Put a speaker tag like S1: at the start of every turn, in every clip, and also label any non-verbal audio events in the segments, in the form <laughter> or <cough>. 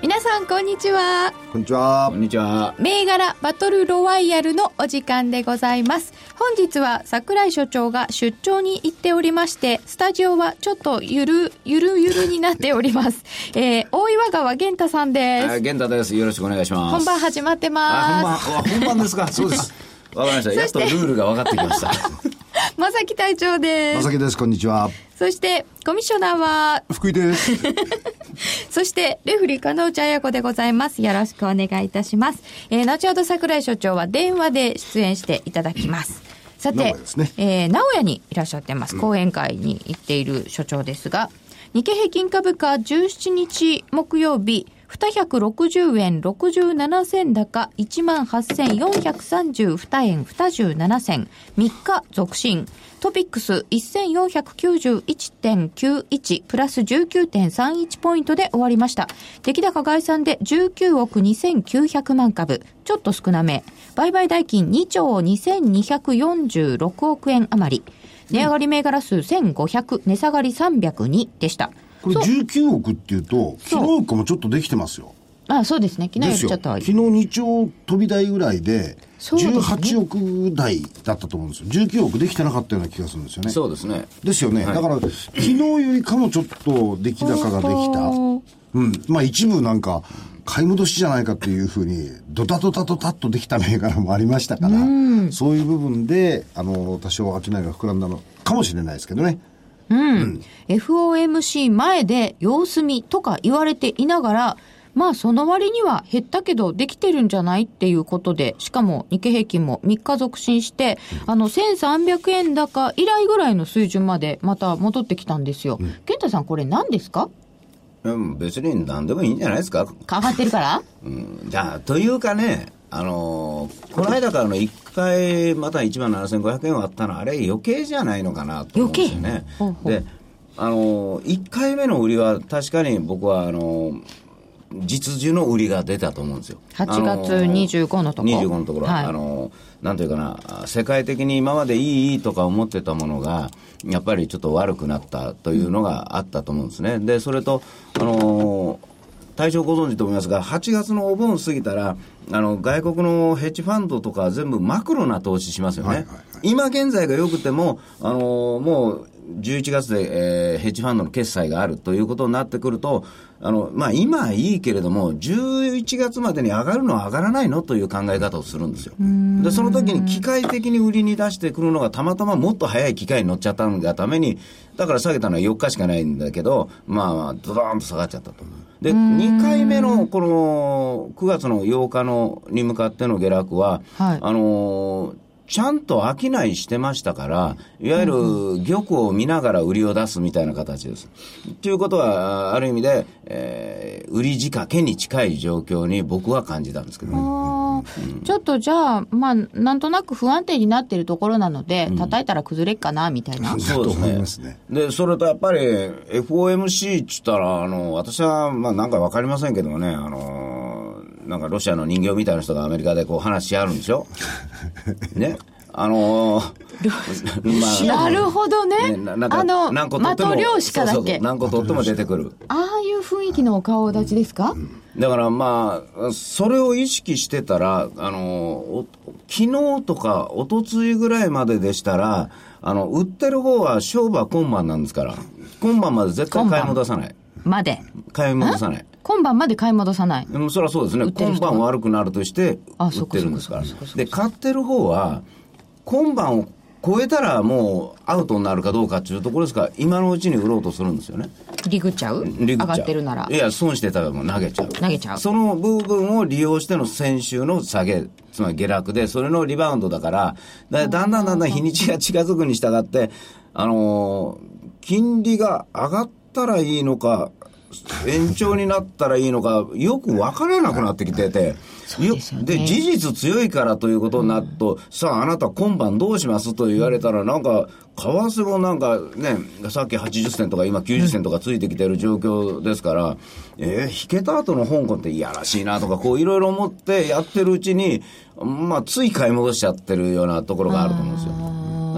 S1: 皆さんこんにちは
S2: こんにちは
S3: こ。んにちは。
S1: 銘柄バトルロワイヤルのお時間でございます本日は桜井所長が出張に行っておりましてスタジオはちょっとゆるゆるゆるになっております、えー、大岩川源太さんです、
S3: はい、源太です。よろしくお願いしま
S1: 本
S3: す。
S1: 番始まって
S3: あ、
S1: ます
S3: 本番、あ本番ですか。
S1: <laughs>
S3: そうです。わかりました。やっとルールが分かってき
S2: <laughs>
S3: ました。
S1: 正木隊長で
S2: ますさきです。こんにちは。
S1: そしてコミッショナーは
S2: 福井です。
S1: そして、レフリー、金内彩子でございます。よろしくお願いいたします。えー、後ほど桜井所長は電話で出演していただきます。さ
S2: 名
S1: て、
S2: 古屋ですね
S1: えー名古屋にいらっしゃってます。講演会に行っている所長ですが、日経平均株価17日木曜日、260円67銭高、18,432円27銭、3日続伸。トピックス1491.91プラス19.31ポイントで終わりました。出来高概算で19億2900万株。ちょっと少なめ。売買代金2兆2246億円余り。値上がり銘柄数1500、値下がり302でした。
S2: これ
S1: そう
S2: 19億っていうと、
S1: そう
S2: 昨日かもちょっとできてますよ。
S1: あそうですね。昨日
S2: で
S1: よ
S2: す
S1: り
S2: よ。
S1: ちょっと
S2: 昨日2兆飛び台ぐらいで、
S1: そうですね
S2: 18億台だったと思うんですよ。19億できてなかったような気がするんですよね。
S3: <laughs> そうですね。
S2: ですよね。
S3: はい
S2: だから、昨日よりかもちょっと出来高ができた。
S1: おー
S2: うん。まあ一部なんか、買い戻しじゃないかっていうふうに、ドタドタドタっとできた銘柄もありましたから、そういう部分で、あの、多少商いが膨らんだのかもしれないですけどね。
S1: うん、FOMC 前で様子見とか言われていながら、まあその割には減ったけどできてるんじゃないっていうことで、しかも日経平均も3日続伸して、あの1300円高以来ぐらいの水準までまた戻ってきたんですよ。健太さんこれ何ですか
S3: うん、別に何でもいいんじゃないですか。
S1: 上がってる
S3: <laughs>
S1: から
S3: うん、じゃあ、というかね、あのーこの間からの1回、また1万7500円割ったのは、あれ余計じゃないのかなと思うんですよ
S1: 余
S3: ね
S1: 計ほう。ほう
S3: で、あのー、1回目の売りは確かに僕は、あのー実需の売りが出たと思うんですよ。
S1: 8月
S3: あのー
S1: 25のとこ
S3: 25のところは、
S1: はい
S3: あのーなんていうかな、あ世界的に今までいいいいとか思ってたものが、やっぱりちょっと悪くなったというのがあったと思うんですね。で、それと、あのー対象ご存知と思いますが、8月のお盆過ぎたら、あの、外国のヘッジファンドとか全部マクロな投資しますよね。今現在が良くても、あのーもう、11月で、えーヘッジファンドの決済があるということになってくると、あの、まあ、今はいいけれども、11月までに上がるのは上がらないのという考え方をするんですよ。で、その時に機械的に売りに出してくるのがたまたまもっと早い機械に乗っちゃったがために、だから下げたのは4日しかないんだけど、まあ、ドドーンと下がっちゃったと。で、2回目のこの9月の8日のに向かっての下落は、
S1: はい
S3: あのーちゃんと商いしてましたから、いわゆる玉を見ながら売りを出すみたいな形です。ということは、ある意味で、えー売り仕掛けに近い状況に僕は感じたんですけどね。
S1: あーちょっとじゃあ、まあ、なんとなく不安定になってるところなので、叩いたら崩れっかな、みたいな。
S2: だと思いますね。
S3: で、それとやっぱり FOMC っつったら、あの、私は、まあなんかわかりませんけどもね、あの、なんかロシアの人形みたいな人がアメリカでこう話し合うんでしょね。あの、ま
S1: なるほどね。
S3: ねななんか
S1: あの、
S3: 何個取っても
S1: 的漁師かだ
S3: そうそうそ
S1: け
S3: う。何個取っても出てくる。
S1: ああいう雰囲気のお顔立ちですか、
S3: だからまあ、それを意識してたら、あの、お昨日とか一昨日ぐらいまででしたら、あの、売ってる方は勝負は今晩なんですから、今晩まで絶対買い戻さない。
S1: まで。
S3: 買い戻さない。
S1: 今晩まで買い戻さない。
S3: でもそれはそうですね。
S1: ってる
S3: 今
S1: 人は
S3: 晩悪くなるとして、
S1: あ
S3: 売
S1: そ
S3: っ
S1: っか
S3: てるんですから
S1: そっかそっかそっ。か
S3: で、買ってる方は、今晩を超えたらもうアウトになるかどうかっていうところですから、今のうちに売ろうとするんですよね。
S1: リグっちゃう
S3: リ
S1: 上
S3: グ
S1: がってるなら
S3: い。や、損してたらもう投げちゃう。
S1: 投げちゃう
S3: その部分を利用しての先週の下げ、つまり下落で、それのリバウンドだから、だだんだんだんだん日にちが近づ
S1: <laughs>
S3: くに従って、あのー金利が上がったらいいのか、延長になったらいいのか、よくわからなくなってきてて、
S1: うですよね
S3: で事実強いからということになると、さあ、あなた、今晩どうしますと言われたら、なんか、為替もなんかね、さっき80銭とか、今90銭とかついてきてる状況ですから、えー、引けた後の香港っていやらしいなとか、こう、いろいろ思ってやってるうちに、まあ、つい買い戻しちゃってるようなところがあると思うんですよ。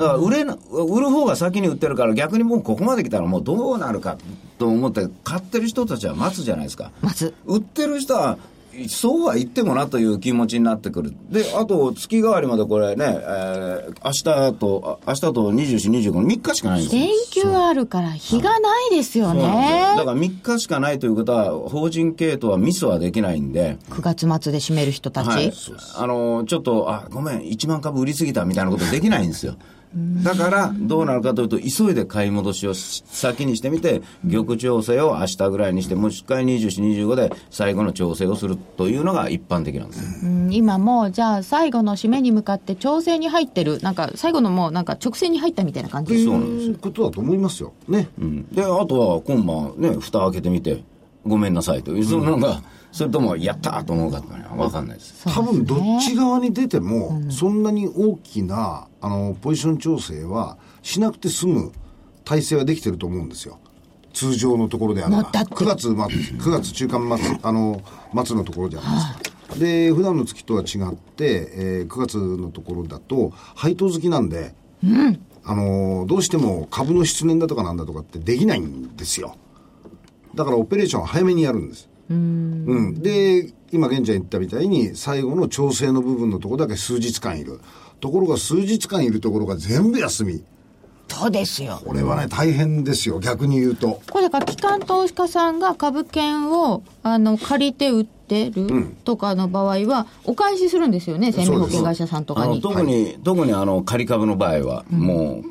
S3: だから売れな売る方が先に売ってるから、逆にもうここまで来たら、もうどうなるかと思って、買ってる人たちは待つじゃないですか。
S1: まず
S3: 売ってる人は、そうは言ってもなという気持ちになってくる。で、あと、月替わりまでこれね、えー明日と、あ明日と24、25、3日しかないんですよ。
S1: 連休あるから日がないですよ
S3: そうなんですよだ
S1: ね。
S3: から3日しかないということは、法人系統はミスはできないんで、
S1: 9月末で締める人たち。
S3: はい、あのちょっと、あごめん、1万株売りすぎたみたいなことできないんですよ。だから、どうなるかというと、急いで買い戻しをし先にしてみて、玉調整を明日ぐらいにして、もし一回24、25で最後の調整をするというのが一般的なんですよ。
S1: うん今もうじゃあ最後の締めに向かって調整に入ってるなんか最後のもうなんか直線に入ったみたいな感じ
S3: そうなんです
S2: そういうことだと思いますよ。ね。
S3: うんで、あとは今晩ね、蓋開けてみて、ごめんなさいという、そののが、それとも、やったーと思うかっていうのは分かんないです。
S2: 多分どっち側に出ても、そんなに大きな、あの、ポジション調整はしなくて済む体制はできてると思うんですよ。通常のところであれば。
S1: まあだって
S2: 9月末、9月中間末、あの、末のところじゃないですか。で、普段の月とは違って、えー9月のところだと、配当好きなんで、あの、どうしても株の失念だとかなんだとかってできないんですよ。だからオペレーションは早めにやるんです。うん、で今現ちゃん言ったみたいに最後の調整の部分のところだけ数日間いるところが数日間いるところが全部休み
S1: そうですよ
S2: これはね大変ですよ逆に言うと
S1: これだから機関投資家さんが株券をあの借りて売ってるとかの場合はお返しするんですよね生命保険会社さんとか
S3: あの
S1: に
S3: 特に、特にあの仮株の場合は、も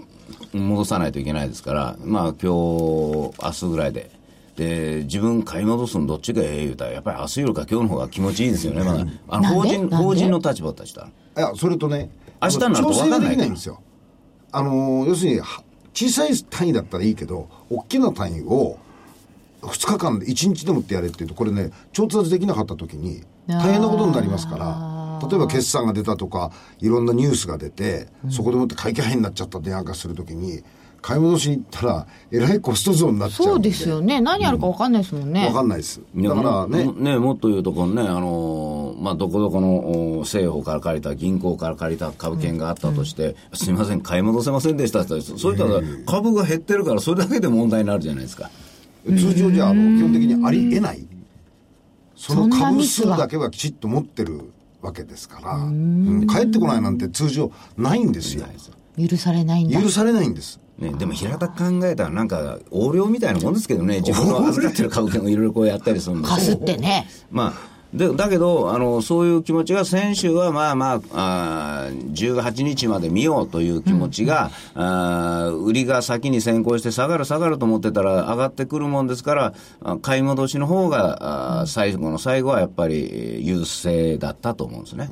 S3: う戻さないといけないですから、まあ今日明日ぐらいで。で自分買い戻すのどっちがええ言うたらやっぱり明日よりか今日の方が気持ちいいですよねまだあの
S1: なん
S3: 法
S1: で
S3: 人
S1: なんで
S3: 法人の立場としたら
S2: いやそれとね
S3: 明日になると
S2: 調整が
S3: 分かんない
S2: できないんですよあの要するには小さい単位だったらいいけど大きな単位を2日間で1日でもってやれっていうとこれね調達できなかった時に大変なことになりますから例えば決算が出たとかいろんなニュースが出てそこでもって会計範囲になっちゃった電話化する時に買い戻しに行ったらえらいコスト増になっちゃ
S1: そううん
S2: で
S1: ですよね何あるか分かんないですもんね、
S2: 分かんないです
S3: いや
S2: だからね
S3: もねもっと言うとこのね、あのーまあ、どこどこのお政府から借りた、銀行から借りた株券があったとして、すみません、買い戻せませんでしたって、そそういったら株が減ってるから、それだけで問題になるじゃないですか。
S2: 通常じゃあの基本的にありえないその
S1: そんな
S2: 株
S1: ミス
S2: 数
S1: は
S2: だけはきちっと持ってるわけですから、うん帰ってこないなんて通常ないんですよ
S1: 許されないんだ
S2: 許されないんです
S3: ね、でも平たく考えたら、なんか横領みたいなもんですけどね、自分の預かってる株券をいろいろこうやったりするんですよ
S1: 貸すってね
S3: まあ、でだけどあの、そういう気持ちが先週はまあまああー、18日まで見ようという気持ちが、あー売りが先に先行して下がる下がると思ってたら上がってくるもんですから、あ買い戻しの方があー最後の最後はやっぱりえー優勢だったと思うんですね。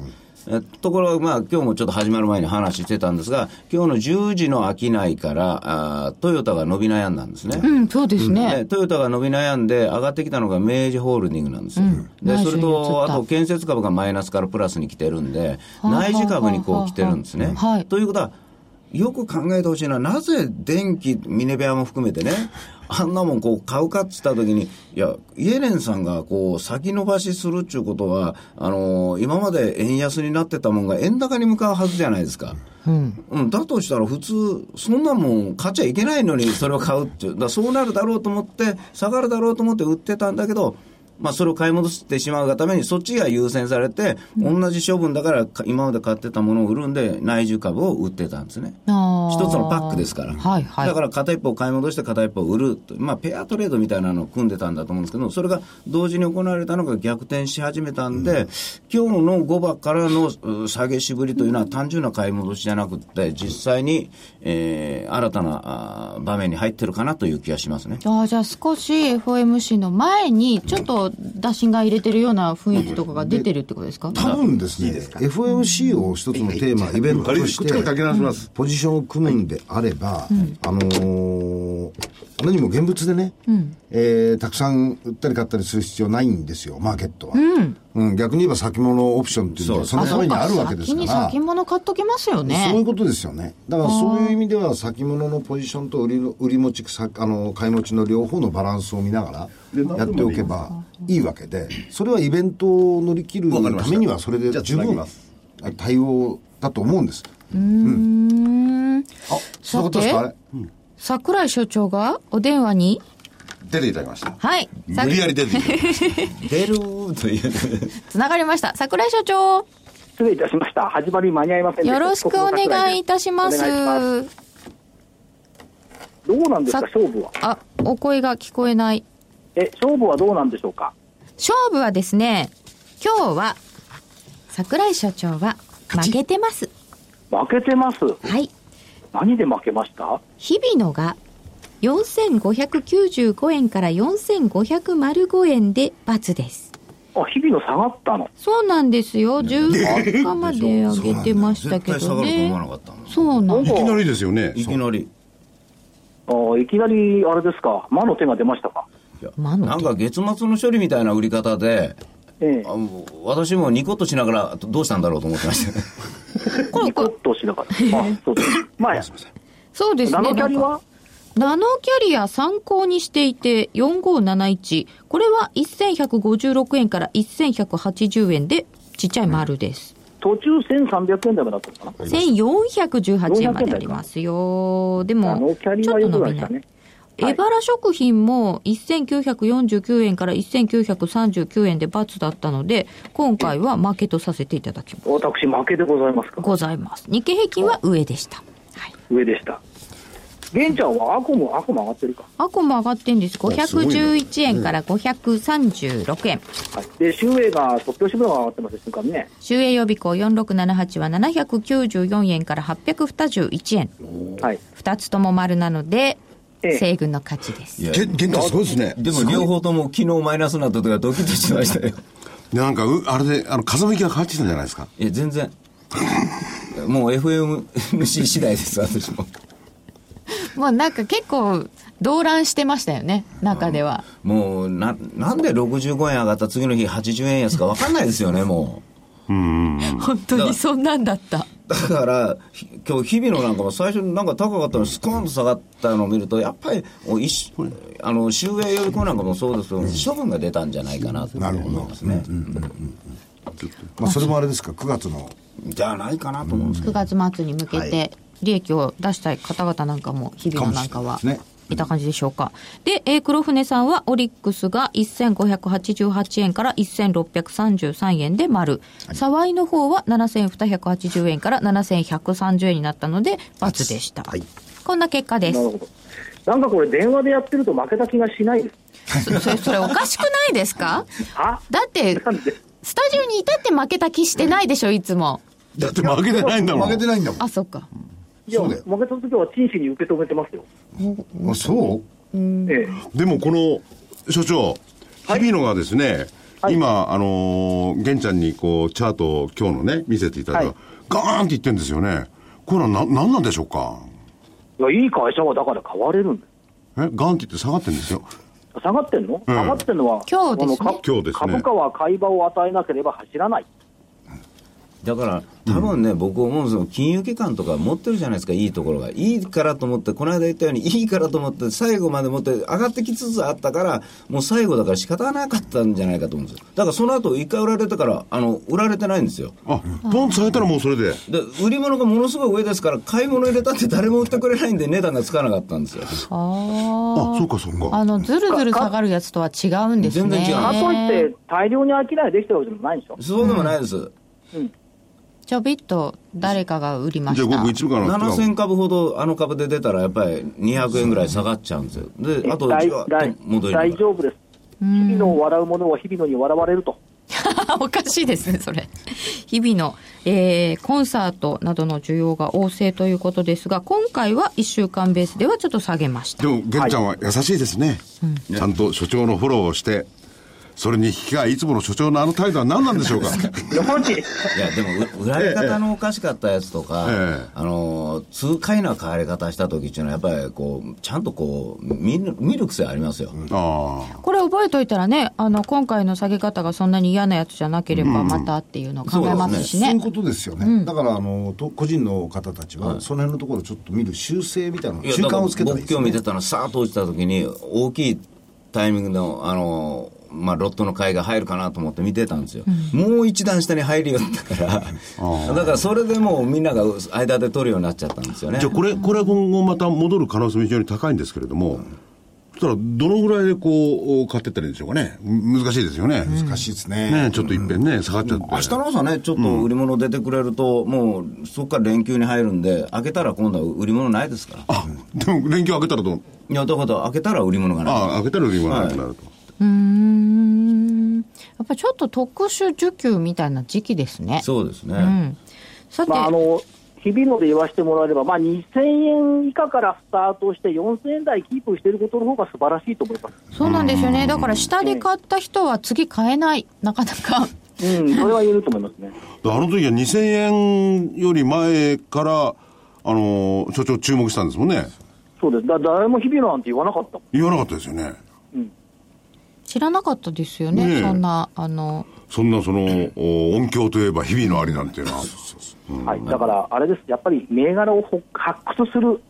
S3: えところが、まあ、今日もちょっと始まる前に話してたんですが、今日の10時の商いから、あートヨタが伸び悩んだんですね。
S1: うんそうですね、
S3: ね、トヨタが伸び悩んで、上がってきたのが明治ホールディングなんですよ、で
S1: 内需に
S3: それ
S1: 移
S3: と、
S1: った
S3: あと建設株がマイナスからプラスに来てるんで、
S1: はあはあ
S3: 内需株にこう来てるんですね。
S1: はあはい
S3: ということは、よく考えてほしいのは、なぜ電気、ミネベアも含めてね、 <laughs> あんなもんこう買うかっつったときに、いや、イエレンさんがこう先延ばしするっちゅうことは、あのー今まで円安になってたもんが円高に向かうはずじゃないですか。うん、だとしたら普通、そんなもん買っちゃいけないのにそれを買うっていう、だからそうなるだろうと思って、下がるだろうと思って売ってたんだけど、まあ、それを買い戻してしまうがために、そっちが優先されて、同じ処分だから、か今まで買ってたものを売るんで、内需株を売ってたんですね。
S1: あー
S3: 一つのパックですから、
S1: はいはい
S3: だから片一方買い戻して片一方売るとまあ、ペアトレードみたいなのを組んでたんだと思うんですけど、それが同時に行われたのが逆転し始めたんで、今日の5番からのう下げしぶりというのは、単純な買い戻しじゃなくて、実際に、えー新たなあー場面に入ってるかなという気がしますね。
S1: あーじゃあ少し FOMC の前にちょっとと打診が入れてるような雰囲気とかが出てるってことですか
S2: 多分ですね、FOMC を一つのテーマ、イベントとし
S4: こっちからかけ直します
S2: て、ポジションを組むんであれば、あのー何も現物でね、えーたくさん売ったり買ったりする必要ないんですよ、マーケットは。うん逆に言えば先物オプションっていうのは、そのためにあるわけです
S1: あ
S2: か
S1: そう
S2: ら。
S1: 先に先物買っときますよね。
S2: そういうことですよね。だからそういう意味では、先物のポジションと売りの売り持ちさあの、買い持ちの両方のバランスを見なが
S4: で
S2: らやっておけばいいわけで、それはイベントを乗り切るた
S4: わかりました
S2: めには、それで
S4: じゃあ
S2: 十
S4: つなぎ
S2: 分
S4: ます
S2: 対応だと思うんです。
S1: うん
S2: あ、そういうことですかあれ
S1: 桜井所長がお電話に、
S4: 出ていただきました
S1: はい、さ
S4: 無理やり出ていただきまし
S3: 出るという
S1: つながりました。桜井所長、
S5: 失礼いたしました。始まり間に合いませんでした。
S1: よろしくお願いいたします。
S5: お願いしますどうなんですか、
S1: さ
S5: 勝負は。
S1: あ、お声が聞こえない。
S5: え、勝負はどうなんでしょうか。
S1: 勝負はですね、今日は、桜井所長は負けてます。
S5: 負けてます。
S1: はい。
S5: 何で負けました
S1: 日比野が4595円から4505円で×です。
S5: あ、日々の下がったの。
S1: そうなんですよ。14日まで上げてましたけ
S3: 絶対下
S1: ど
S3: がると思わな
S1: ね。
S3: かったもん
S1: そうなん
S4: た
S1: で
S4: いきなりですよね
S3: いきなり
S5: あいきなり、あれですか、魔の手が出ましたか。
S3: いや
S1: 魔の手
S3: なんか月末の処理みたいな売り方で
S5: ええ。
S3: あもう私もニコッとしながらどうしたんだろうと思ってました
S1: これ
S5: ニコッとしながら。あ、そ
S1: <laughs>
S5: うです。まあ、
S1: そうですね。
S5: ナノキャリは
S1: ナノキャリア参考にしていて4571。これは1156円から1180円でちっちゃい丸です。
S5: 途中1300円台までだったのかな。
S1: 1418円までありますよ。で
S5: ナノ
S1: も、
S5: キ
S1: ち
S5: ャリ
S1: ょ
S5: は
S1: っと
S5: よく
S1: 伸
S5: ない
S1: び
S5: でし
S1: ない
S5: たね。。はい
S1: エバラ食品も1949円から1939円で×だったので、今回は負けとさせていただきます。
S5: 私、負けでございますか。
S1: ございます。日経平均は上でした。はい。
S5: 上でした。玄ちゃんはアコム、アコム上がってるか。
S1: アコも上がってんです。511円から536円。
S5: はい。で、シュウエイが、突拍子部が上がってます、瞬間にね。
S1: 収益予備校4678は794円から821円。
S5: はい。
S1: 2つとも丸なので、
S5: ええ
S1: 西軍の勝ちです。
S4: け玄太すごいですね
S3: <laughs> でも両方とも昨日マイナスになった時はドキッとしましたよ
S4: なんかうあれであの風向きが変わってきたんじゃないですか
S3: いや全然もう FMC 次第です私も
S1: <laughs> もうなんか結構、動乱してましたよね、中では。
S3: もうななんで65円上がった次の日80円安か分かんないですよねもう
S1: 本当にそんなんだった。
S3: だからひ今日日々のなんかも最初になんか高かったのにスコーンと下がったのを見るとやっぱりもう一緒あの収益予備校なんかもそうですけど処分が出たんじゃないかなと思いますね
S2: まあ、それもあれですか、9月の。
S3: じゃないかなと思うんですけど
S1: 9月末に向けて利益を出したい方々なんかも日々のなんかは
S2: かもしれないですね
S1: いた感じでしょうかで、えー黒船さんはオリックスが1588円から1633円で丸沢井の方は7280円から7130円になったので×でした、こんな結果で
S5: なる
S1: す
S5: ほど。なんかこれ、電話でやってると負けた気がしないです。
S1: そそれそれおかしくないですか
S5: <laughs> あ
S1: だって
S5: なんで
S1: スタジオにいたって負けた気してないでしょいつも
S4: だって負けてないんだもん
S2: 負けてないんだも
S1: あそっか
S5: いや、
S2: そう
S5: 負
S2: だ
S5: け
S2: よ
S5: た時は真摯に受け止めてますよ。
S2: ん。あ、そう
S5: ええ。
S4: でもこの所長、日々のがですね、
S5: はい
S4: 今、あのー、玄ちゃんにこう、チャートを今日のね、見せていただいた、
S5: はい
S4: ガーンって言ってるんですよね。これはな、なんなんでしょうか
S5: いや、いい会社はだから買われるんです。
S4: え、ガーンって言って下がってるんですよ。
S5: 下がってんの、
S4: うん
S5: 下がってんのは、
S1: 今日ですね
S5: あのか
S4: 今日ですね
S5: 株価は買い場を与えなければ走らない。
S3: だから多分ね、僕思うんですよ金融機関とか持ってるじゃないですかいいところがいいからと思ってこの間言ったようにいいからと思って最後まで持って上がってきつつあったからもう最後だから仕方なかったんじゃないかと思うんですよだからその後一回売られてからあの売られてないんですよ
S4: あ、ポンと下げたらもうそれで。
S3: で売り物がものすごい上ですから買い物入れたって誰も売ってくれないんで値段がつかなかったんですよ
S1: あ
S4: あ、
S1: あ
S4: そうかそう
S1: あ
S4: か。
S1: の、ずるずる下がるやつとは違うんですね。
S3: 全然違う
S5: かといって、大量に商いできたわけでもないんでしょ。
S3: そうでもないです、
S1: ちょびっと誰かが売りま
S4: じゃあ
S1: した。
S4: ごく一部からの人が
S3: 7000株ほどあの株で出たらやっぱり200円ぐらい下がっちゃうんですよであと
S5: 大
S3: じわっと
S5: 大
S3: 戻りなが
S5: 大
S3: ら
S5: 丈夫です。日々の笑うものは日々のに笑われると。
S1: <laughs> おかしいですね、それ。日々の、えーコンサートなどの需要が旺盛ということですが、今回は1週間ベースではちょっと下げました
S4: で。も、玄ちゃんは優しいですね。ちゃんと所長のフォローをして、それに引き換え、いつもの所長のあの態度は何なんでしょうか。
S5: 横地
S3: いや、でも、う売られ方のおかしかったやつとか、
S4: ええ
S3: あの、痛快な買われ方した時っていうのは、やっぱりこう、ちゃんとこう、見る、見る癖ありますよ。
S4: ああ。
S1: これ覚えといたらね、あの、今回の下げ方がそんなに嫌なやつじゃなければ、またっていうのを考えますし
S2: そういう
S1: ね。
S2: ことですよね、だからあのと個人の方たちは、その辺のところをちょっと見る修正みたいなの、
S3: いや
S2: 習慣をつけたらいい
S3: 僕
S2: です
S3: 今
S2: ね
S3: 日見てたのさーっと落ちた時に大きいタイミングのあのまあ、ロットの買いが入るかなと思って見てたんですよ、もう一段下に入るよった <laughs> から、だからそれでもうみんなが間で取るようになっちゃったんですよね。
S4: じゃあこれ、これは今後また戻る可能性も非常に高いんですけれども、そしたらどのぐらいでこう、買ってったらいいんでしょうかね。む難しいですよね。
S2: 難しいですね
S4: ねちょっといっぺんね、下がっちゃって。
S3: 明日の朝ね、ちょっと売り物出てくれると、もうそこから連休に入るんで、開けたら今度は売り物ないですから、
S4: あ、でも連休明けたらどう
S3: いやだから開けたら売り物がない、
S4: あ、明けたら売り物がなくなると。
S1: うーん。やっぱりちょっと特殊受給みたいな時期ですね。
S3: そうですね、
S1: うん。さて、
S5: <laughs> まあ、あの日々ので言わせてもらえれば、まあ、2000円以下からスタートして、4000円台キープしていることの方が素晴らしいと思います。
S1: そうなんですよね。だから下で買った人は次買えない。なかな
S4: <laughs>
S1: か。
S5: うん、それは言えると思いますね。
S4: あの時は2000円より前から、あのー所長注目したんですもんね。
S5: そうです。だ誰も日々のなんて言わなかった。
S4: 言わなかったですよね。
S1: 知らなかったですよね。
S4: ねえ
S1: そんな、あの、
S4: そんなその、お音響といえば日々のありなんていうのは。
S5: はい。だから、あれです。やっぱり銘柄をほ発掘する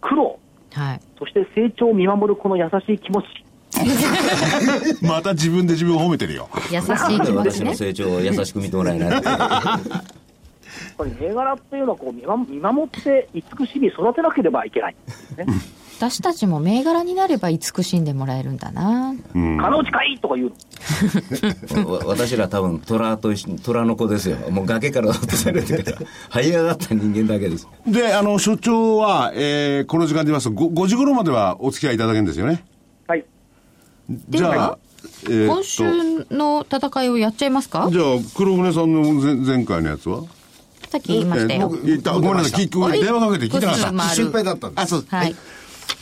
S5: 苦労、
S1: はい。
S5: そして成長を見守るこの優しい気持ち。
S4: <laughs> また自分で自分を褒めてるよ。
S1: 優し
S3: ないんで
S1: 気持
S3: 私
S1: ち
S3: の
S1: ね。
S3: 成長を優しく見てもらえないんですか
S5: やっぱり銘柄っていうのはこう見守見守って慈しみ育てなければいけない。
S1: <laughs> 私たちも銘柄になれば慈しんでもらえるんだな。
S5: かのうちかいとか言うの。
S3: わ私ら多分虎と一緒に虎の子ですよもう崖から落とされて
S1: <laughs>
S3: から這い上がった人間だけです
S4: で、あの、所長は、えーこの時間で言いますと5、5時頃まではお付き合いいただけるんですよね。
S5: はい。
S4: じゃあ、えーっと
S1: 今週の戦いをやっちゃいますか
S4: じゃあ、黒船さんの前前回のやつは
S1: さっき言いました
S4: えー
S1: よ。
S4: 僕言ったごめんなさい、聞聞電話かけて聞いてなかった。
S1: まあある
S2: 心配だったんです
S4: そう
S1: はい。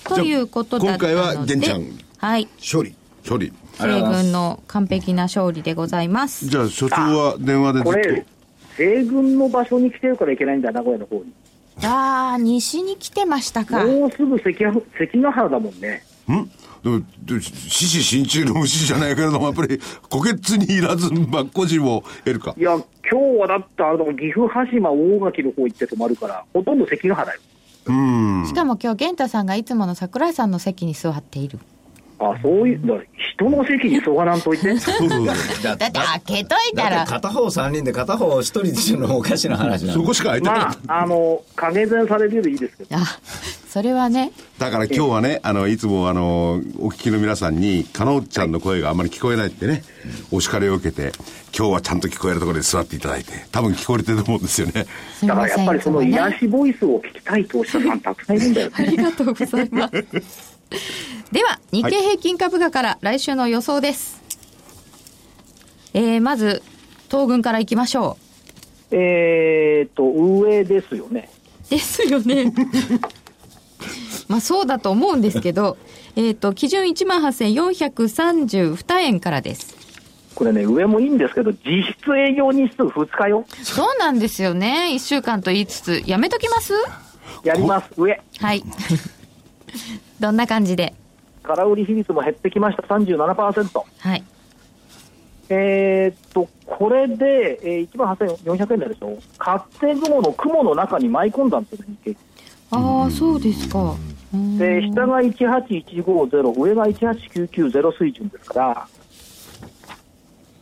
S1: ということだったので
S4: 今回は玄ちゃん
S1: はい。
S2: 勝利
S4: 処理。
S1: 西軍の完璧な勝利でございます。
S4: じゃあ、所長は電話でずっと。
S5: これ、西軍の場所に来てるからいけないんだ、名古屋の方に。
S1: ああ、西に来てましたか。
S5: もうすぐ関ヶ関ヶ原だもんね。
S4: んでも、で獅子心中の虫じゃないけれども、やっぱり、虎穴にいらず、ばっこじを得るか
S5: い。や、今日はだって、あの、岐阜、羽島、大垣の方行って泊まるから、ほとんど関ヶ原よ。
S1: しかも今日、玄太さんがいつもの桜井さんの席に座っている。
S5: あ、そういう、だから人の席にそがなんといて。
S4: そうそうそう。
S5: <laughs>
S3: だ
S1: だって開けといた
S3: だ
S1: ら
S3: って、片方3人で片方1人でしのおかしな話なん
S4: そ
S3: で
S4: こしか空いてなか
S5: ま
S4: っ
S1: <laughs>
S5: あ、あの、影善されるよりいいですけど。
S1: あ、それはね、
S4: た。だから今日はね、あの、いつもあの、お聞きの皆さんに、かのうちゃんの声があんまり聞こえないってね、お叱りを受けて、今日はちゃんと聞こえるところで座っていただいて、多分聞こえてると思うんですよね。
S1: すみ
S5: だか
S1: ま
S5: ら
S1: せん。
S5: やっぱりその
S1: いつもね
S5: 癒しボイスを聞きたい投資家さんたくさんいるんだよ
S1: あ
S5: ね。
S1: りがとうございます。では、日経平均株価から来週の予想です。えー、まず、東軍からいきましょ
S5: えーっと、上ですよね。
S1: う。ですよね。 <laughs> まあ、そうだと思うんですけど、えっ、と、基準18,432円からです。
S5: これね、上もいいんですけど、実質営業日数2日よ。
S1: そうなんですよね。1週間と言いつつ、やめときます
S5: やります、上。
S1: はい。 <laughs> どんな感じで
S5: 空売り比率も減ってきました、37%。
S1: はい。
S5: えーっと、これで、えー、1万8400円台でしょ、勝手雲の雲の中に舞い込んだんですよね、日経
S1: ああ、そうですか。うん
S5: で、下が18150、上が18990水準ですから、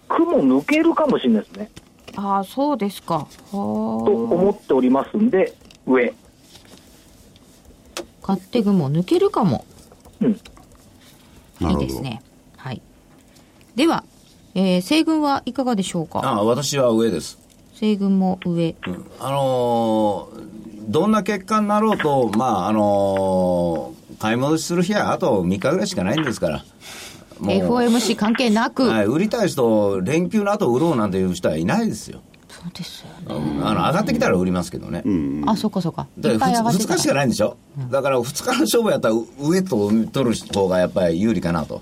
S5: 雲抜けるかもしれないですね、
S1: ああ、そうですか。はあ。と
S5: と思っておりますんで、上。 <laughs>
S1: 勝手雲抜けるかも。
S5: うん
S4: ないる
S1: い
S4: ほど
S1: ですね。はい。では、えー、西軍はいかがでしょう
S3: あ
S1: か
S3: あ私は上です
S1: 西軍も上。
S3: あのーどんな結果になろうと、まああのー買い戻しする日はあと3日ぐらいしかないんですから、もう
S1: FOMC 関係なく。
S3: はい、売りたい人、連休の後売ろうなんていう人はいないですよ、
S1: そうですよね。
S3: あの上がってきたら売りますけどね。
S1: あ、そうかそうか。い
S3: だ
S1: っ
S3: か
S1: ぱい
S3: ら
S1: 上がっ
S3: 2,
S1: て
S3: 日しか
S1: ら。
S3: ないんでしょ、だから2日の勝負やったらう上と取る方がやっぱり有利かなと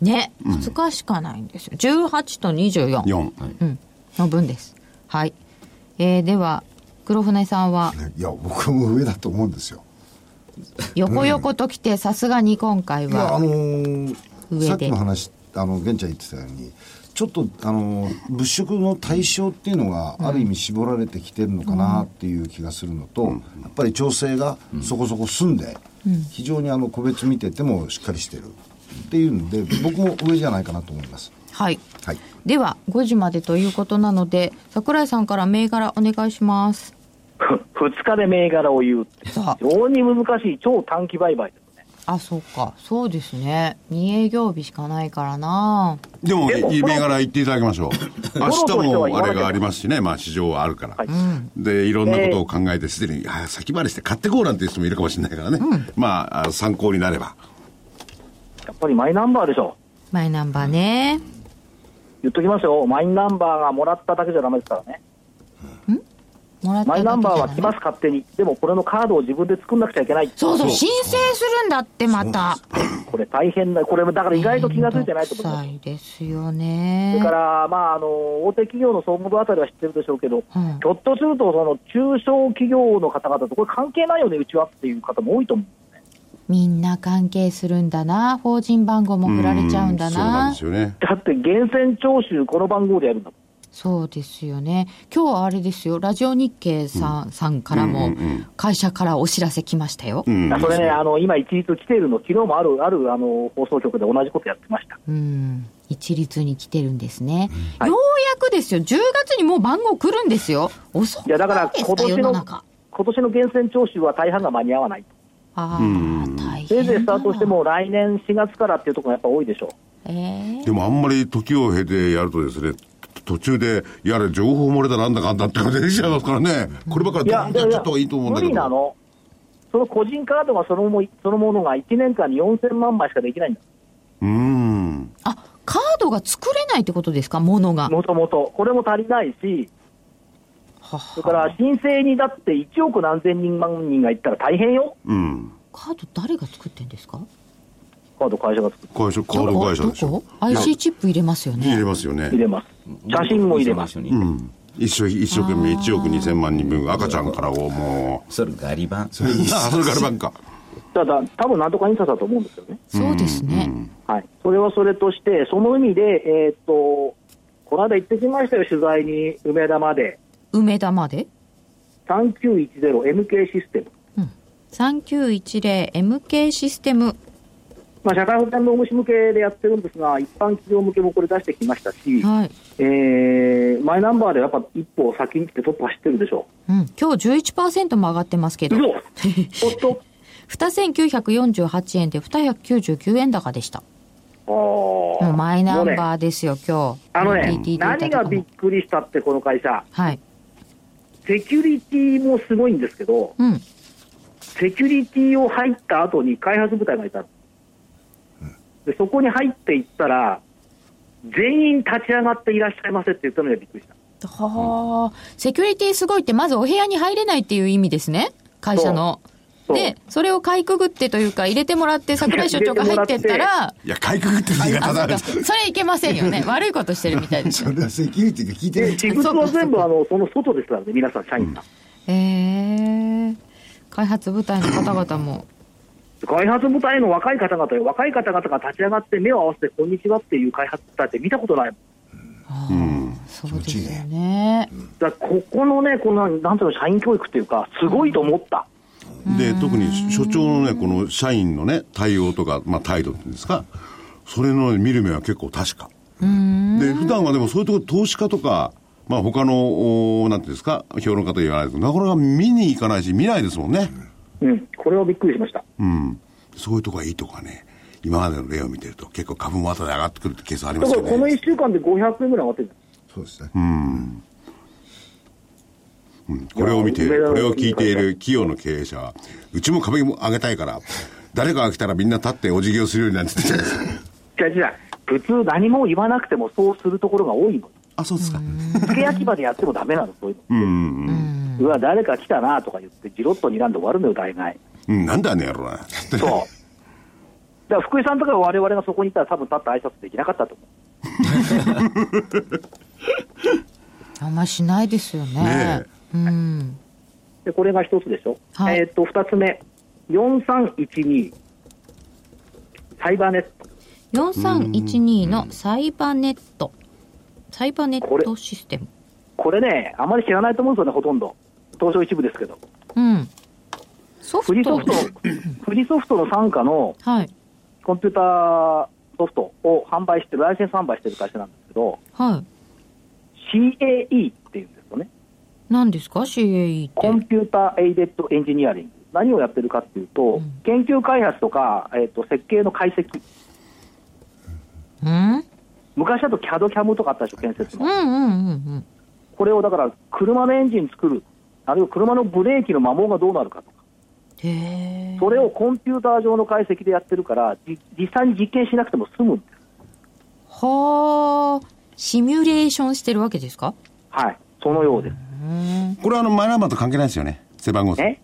S1: ね、2日しかないんですよ。18と24。
S4: 4。
S1: うん、の分です。はい。えー、では、黒船さん
S2: <laughs>
S1: は、
S2: いや、僕も上だと思うんですよ。
S1: 横横と来て、さすがに今回
S2: いや、あ
S1: は
S2: の、ー
S1: 上で
S2: さっきの話、あの、玄ちゃん言ってたように、ちょっと、あのー物色の対象っていうのが、ある意味絞られてきてるのかなっていう気がするのと、やっぱり調整がそこそこ済んで、非常にあの、個別見ててもしっかりしてる。っていうので、僕も上じゃないかなと思います。
S1: はい。
S2: はい。
S1: では、5時までということなので、桜井さんから銘柄お願いします。
S5: 2日で銘柄を言うって、
S1: さあ
S5: 非常に難しい超短期売買ですね。
S1: あ、そうか。そうですね。2営業日しかないからな
S4: でも、
S5: でも
S4: い銘柄言っていただきましょう。明日もあれがありますしね、まあ市場はあるから。で、いろんなことを考えて、すでに、あ先回りして買ってこうなんていう人もいるかもしれないからね。まああ、参考になれば。
S5: やっぱりマイナンバーでしょ。
S1: マイナンバーね。
S5: 言っときますよ、マイナンバーがもらっただけじゃダメですからね。
S1: もらっただ
S5: マ
S1: け
S5: イ
S1: じゃ
S5: ナンバーは
S1: ない
S5: 来ます、勝手に。でも、これのカードを自分で作んなくちゃいけない。
S1: そうそう、申請するんだって、また。
S5: これ大変な、これもだから意外と気がついてないと思います。
S1: めんどくさいですよ
S5: それ
S1: ね
S5: か。ら、まあ、あの、大手企業の総務部あたりは知ってるでしょうけど、
S1: うん
S5: ひょっとすると、その、中小企業の方々と、これ関係ないよね、うちはっていう方も多いと思う。
S1: みんな関係するんだな。法人番号も振られちゃうんだ
S4: そうなん
S1: な。
S4: ですよね。
S5: だって、源泉徴収、この番号でやるんだもん
S1: そうですよね。今日はあれですよ、ラジオ日経さん,、さんからも、会社からお知らせ来ましたよ。
S4: うん。
S5: それね、あの、今一律来てるの、昨日もある、ある、あの、放送局で同じことやってました。
S1: うん一律に来てるんですね、ようやくですよ、10月にもう番号来るんですよ、遅く
S5: いや、だか
S1: ない
S5: ら、
S1: です
S5: 今
S1: か、世
S5: 年
S1: の
S5: の、
S1: 中。
S5: 今年の源泉徴収は大半が間に合わない。
S1: ああ、大変。
S5: せいぜいスタートして、も、来年4月からっていうところがやっぱ多いでしょう。
S1: えー
S4: でもあんまり時を経てやるとですね、途中で、やれ、情報漏れだなんだかんだってのが出てきちゃいますからね。こればっかり
S5: い
S4: ド
S5: や
S4: ーンとやっちゃった方がいいと思うんだけ
S5: 無理な
S4: ど。
S5: の。その個人カードがそのもそのものが1年間に4000万枚しかできないんだ。
S4: うん。
S1: あカードが作れないってことですか、ものが。
S5: もともと。これも足りないし、
S1: は
S5: それから申請にだって1億何千人万人がいったら大変よ。
S4: うん。
S1: カード、誰が作ってんですか
S5: カード会社が作って
S4: 会社、カード会社
S1: ど
S4: でしょ
S1: こ。?IC チップ入れますよ
S4: 入れ
S1: ね。
S4: ますよね
S5: 入。れます。写真も入れます。
S3: 一緒に
S4: うん。一生、一生懸命1億2000万人分、赤ちゃんからをも
S3: それガリ版
S4: う。 <laughs> あ、それからばんか。
S5: ただ、多分なんとか印刷だと思うんですよね。
S1: そうですね。
S5: はい。それはそれとして、その意味で、えーっと、この間行ってきましたよ、取材に、梅田まで。
S1: 梅田まで
S5: 3910MK システム。
S1: 3910MK システム
S5: まあ、社会保険労務士向けでやってるんですが、一般企業向けもこれ出してきましたし、
S1: はい、
S5: えーマイナンバーでやっぱ一歩先に来てトップ走ってるでしょ
S1: うん、今日11%も上がってますけ
S5: う。
S1: ど
S5: 嘘おっと
S1: 2948円で299円高でした
S5: あ
S1: もう
S5: ー
S1: マイナン
S5: もうね
S1: バーですよ今日
S5: あのね
S1: TTT
S5: 何がびっくりしたって、この会社、
S1: はい
S5: セキュリティもすごいんですけど、
S1: うん
S5: セキュリティを入った後に開発部隊がいたのでそこに入っていったら、全員立ち上がっていらっしゃいませって言ったのがびっくりした。
S1: はあセキュリティすごいってまずお部屋に入れないっていう意味ですね会社の
S5: そう
S1: でそれをかいくぐってというか入れてもらって桜井所長が入ってったら
S4: いや、かいくぐってる言い
S1: あ
S4: 方
S1: そ
S4: だ
S1: う
S4: ね
S1: か。それいけませんよね悪いことしてるみたいです
S2: そ
S1: よ
S2: れはセキュリティが聞いてな
S5: で、
S2: い。
S5: 私物は全部あのその外ですからね、皆さん、社員さん。
S1: えー、開発部隊の方々も
S5: 開発部隊の若い方々よ、若い方々が立ち上がって目を合わせて、こんにちはっていう開発部隊って見たことないもん
S1: そうですよね
S5: だからここのね、このなんていうの、社員教育っていうか、すごいと思った、
S4: で、特に所長のね、この社員のね、対応とか、まあ態度っていうんですか、それの見る目は結構確か。で、普段はでもそういうところ投資家とか、まあ他の、おなんていうんですか、評論家と言わないですけど、なかなか見に行かないし、見ないですもんね。
S5: うん、これはびっくりしました。
S4: うん。そういうとこがいいとこはね、今までの例を見てると結構株も後で上がってくるってケースありま
S5: だ
S4: す
S5: か
S4: よ
S5: らこの
S4: ね。
S5: 1週間で500円ぐらい上がってるじ
S2: そうですね。
S4: これを見て、
S5: いや
S4: これを聞いている企業の経営者は、うちも株も上げたいから、誰かが来たらみんな立ってお辞儀をするようになってて。
S5: ゃん。違う違う、普通何も言わなくてもそうするところが多い
S4: <laughs>
S5: の。
S4: あ、そうですか。
S5: 付け焼き場でやってもダメなの、そういうの。
S4: うんうん
S5: うわ、誰か来たなとか言って、じろっと睨んで終わるのよ、大概。
S4: うん。なんだあの野郎な。
S5: そう。だから福井さんとか我々がそこにいたら、多分立って挨拶できなかったと思
S1: あんまりしないですよね。
S4: ね
S1: うん。
S5: う。で、これが一つでしょ。
S1: はい
S5: えーっと、二つ目、4312、サイバーネット。
S1: 4312のサイバーネット。サイバーネットシステム。
S5: これね、あまり知らないと思うんですよね、ほとんど。東証一部ですけど。
S1: うん。ソ
S5: 富
S1: フ
S5: 士ソ
S1: ト
S5: フ。ト、
S1: <laughs>
S5: 富士ソフトの傘下の
S1: はい。
S5: コンピューターソフトを販売してる、ライセンス販売してる会社なんですけど、
S1: はい。
S5: CAE っていうんですよね。
S1: 何ですか ?CAE って。
S5: コンピューターエイデッドエンジニアリング。何をやってるかっていうと、
S1: ん
S5: 研究開発とか、えっ、と、設計の解析。
S1: うん
S5: 昔だと CAD、CAM とかあったでしょ、建設
S1: う
S5: の。
S1: んうんうんうん。
S5: これをだから、車のエンジン作る。あるいは車のブレーキの摩耗がどうなるかとか。
S1: へえ。
S5: それをコンピューター上の解析でやってるから、じ実際に実験しなくても済むんです。
S1: はあ。シミュレーションしてるわけですか
S5: はい。そのようです。
S4: これはあの、マイナンバーと関係ないですよね。背番号さん
S5: え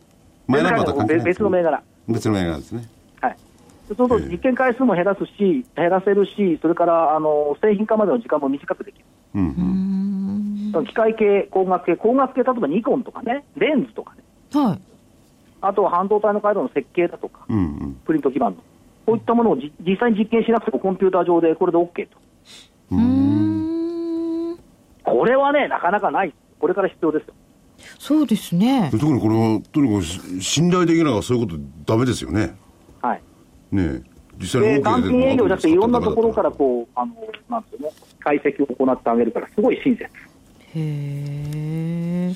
S4: マイナンバーと関係ないです
S5: 別の銘柄。
S4: 別の銘柄ですね。
S5: はい。そうすると実験回数も減らすし、減らせるし、それからあの製品化までの時間も短くできる。
S4: うんうん。
S5: その機械系、工学系、工学系、例えばニコンとかね、レンズとかね、
S1: はい。
S5: あとは半導体の回路の設計だとか、
S4: うんうん。
S5: プリント基板の、こういったものをじ実際に実験しなくてもコンピューター上でこれで OK と。これはね、なかなかない。これから必要ですよ。
S1: そうですね。
S4: 特にこれは、とにかくし信頼できないからそういうことダメですよね。
S5: はい。
S4: ねえ。実際
S5: で、
S4: に大手が
S5: 単
S4: 出
S5: 品営業じゃなくて、いろんなところから
S4: て
S5: こう、あの、なんていうの、解析を行ってあげるから、すごい親切。
S1: へえ。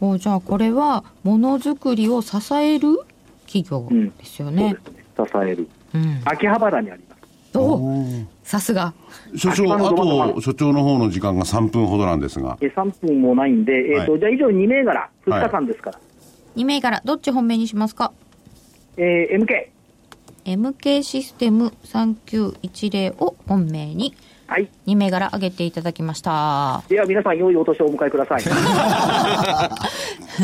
S1: おじゃあこれはものづくりを支える企業ですよね。
S5: そうですね。支える。
S1: うん。
S5: 秋葉原にあります。
S1: おさすが。
S4: 所長、
S5: あ
S4: あと、所長の方の時間が3分ほどなんですが。
S5: え3分もないんで、えーと
S4: はい
S5: じゃあ以上2銘柄、2日間ですから、
S1: 2銘柄どっち本命にしますか
S5: えー MK、
S1: MK システム3910を本命に
S5: はい、
S1: 2銘柄上げていただきました
S5: では皆さん、良いお年をお迎えく
S4: <laughs>
S5: ださい。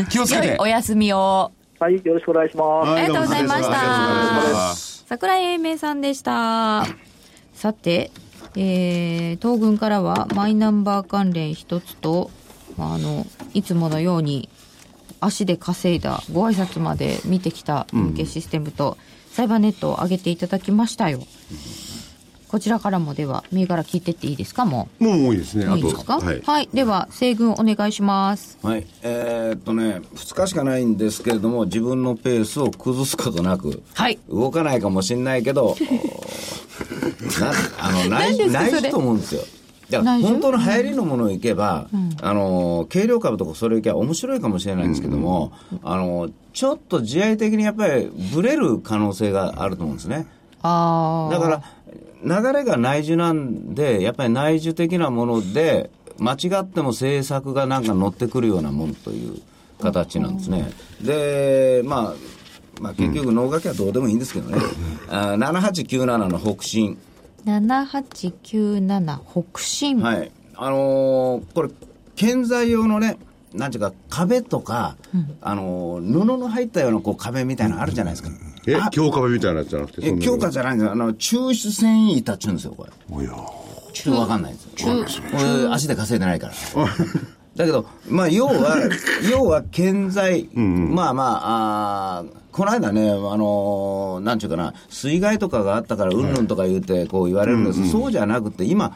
S4: 気をつけ
S1: 良い
S4: て
S1: お休みを
S5: はい、よろしくお願いします。
S4: は
S1: ありがとうございました
S4: どうもありがとうございました
S1: 桜井英明さんでしたさて、えー東軍からはマイナンバー関連一つとまああのいつものように足で稼いだご挨拶まで見てきた MK システムと、サイバーネットを上げていただきましたよこちらからもでは銘柄聞いてっていいですかもう
S4: もうもういいですね。あ
S1: いいですか
S4: と、
S1: は、
S4: はいい。
S1: では西軍お願いします
S3: はい、えーっとね、2日しかないんですけれども、自分のペースを崩すことなく、
S1: はい
S3: 動かないかもしれない
S1: <laughs>
S3: けど、おなあのな
S1: 何です
S3: い
S1: か
S3: な
S1: それ
S3: いと思うんですよ。だから
S1: 内緒
S3: 本当の流行りのものいけば、あの軽量株とかそれいけば面白いかもしれないんですけども、あのちょっと自愛的にやっぱりブレる可能性があると思うんですね。
S1: ああ
S3: だから、流れが内需なんで、やっぱり内需的なもので、間違っても政策がなんか乗ってくるようなものという形なんですね。で、まあ、まあ、結局、農学はどうでもいいんですけどね、あー7897の北進、
S1: 7897北進、
S3: はい、あのーこれ、建材用のね、なんていうか、壁とか、あのー布の入ったようなこう壁みたいなのあるじゃないですか。
S4: え
S3: あ、
S4: 強化部みたいなやつじゃなくて、
S3: え
S4: そんなの
S3: 強化じゃないんですよ、あの抽出繊維板っちゅうんですよ、これ。
S4: おや
S3: ちょっとわかんないですよ。
S1: 中
S3: 俺足で稼いでないから。だけど、まあ、要は、 <laughs> 要は建材、まあまあ、あーこの間ね、あのーなんちゅうかな、水害とかがあったから、うんぬんとか言って、こう言われるんです、そうじゃなくて、今、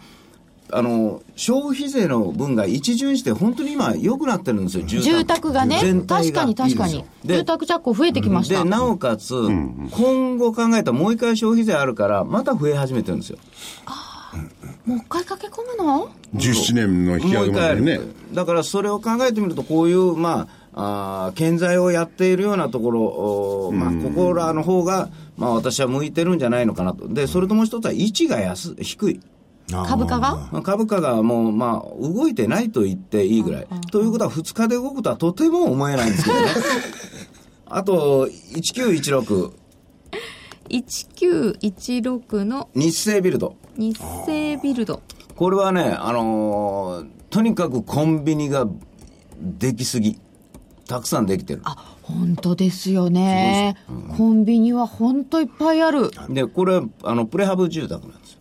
S3: あのー消費税の分が一巡して、本当に今、良くなってるんですよ、
S1: 住宅がね
S3: 全体
S1: 確
S3: が
S1: かに確かに
S3: で
S1: 住宅着工増えてきました、
S3: で、なおかつ、今後考えたら、もう一回消費税あるから、また増え始めてるんですよ。
S1: もう一回駆け込むの
S4: 17年の引き上げまでね
S3: もう。一回だからそれを考えてみると、こういう、まあ、あー建材をやっているようなところ、おーまあ、ここらの方が、まあ、私は向いてるんじゃないのかなと。で、それともう一つは、位置が安、低い。
S1: 株価が
S3: まあ株価がもう、まあ、動いてないと言っていいぐらい。ということは、2日で動くとはとても思えないんですけど <laughs> ね。あと、1916、
S1: 1916の
S3: 日清ビルド。
S1: 日清ビルド
S3: これはね、あのーとにかくコンビニができすぎ。たくさんできてる。
S1: あ本当ですよね、コンビニは本当いっぱいある、
S3: で、これ、あの、プレハブ住宅なんです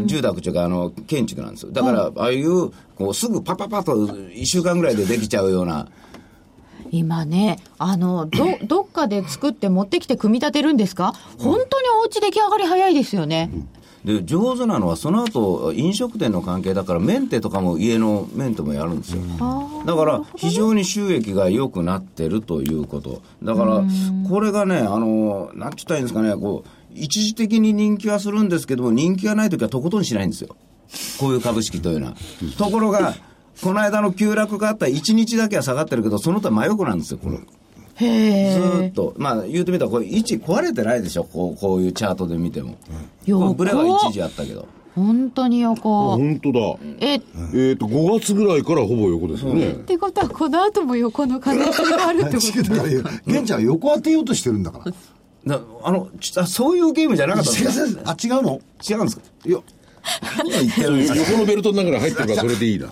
S3: よ。住宅というか、あの、建築なんですよ。だから、ああいう、こう、すぐパパパッと、1週間ぐらいでできちゃうような、
S1: 今ねあの
S3: <laughs>
S1: どどっかで作って持ってきて組み立てるんですか本当にお家出来上がり早いですよね、
S3: で、上手なのは、その後、飲食店の関係だから、メンテとかも、家のメンテもやるんですよ。だから、非常に収益が良くなってるということ。だから、これがね、あの、なんて言ったらいいんですかね、こう、一時的に人気はするんですけども、人気がないときはとことんしないんですよ。こういう株式と <laughs> いうのは。ところが、この間の急落があった1日だけは下がってるけど、その他真横なんですよ、これ。
S1: へえ
S3: ずーっと、まあ、言うてみたら、これ、位置壊れてないでしょ、こうこういうチャートで見ても。
S1: 横
S3: こうブレは一時あったけど。
S1: 本当に横
S4: 本当だ。
S1: えっ
S4: えっ、と、5月ぐらいからほぼ横ですよね。
S1: てことはこの後も横の可能性があるってこ
S2: だ <laughs> から、玄ちゃんは横当てようとしてるんだから。
S3: なあのちあそういうゲームじゃなかったん <laughs> ですか
S2: あ、違うの
S3: 違うんですか
S2: いや、何が言ってるんですか
S4: 横のベルトの中に入ってるからそれでい <laughs> いな。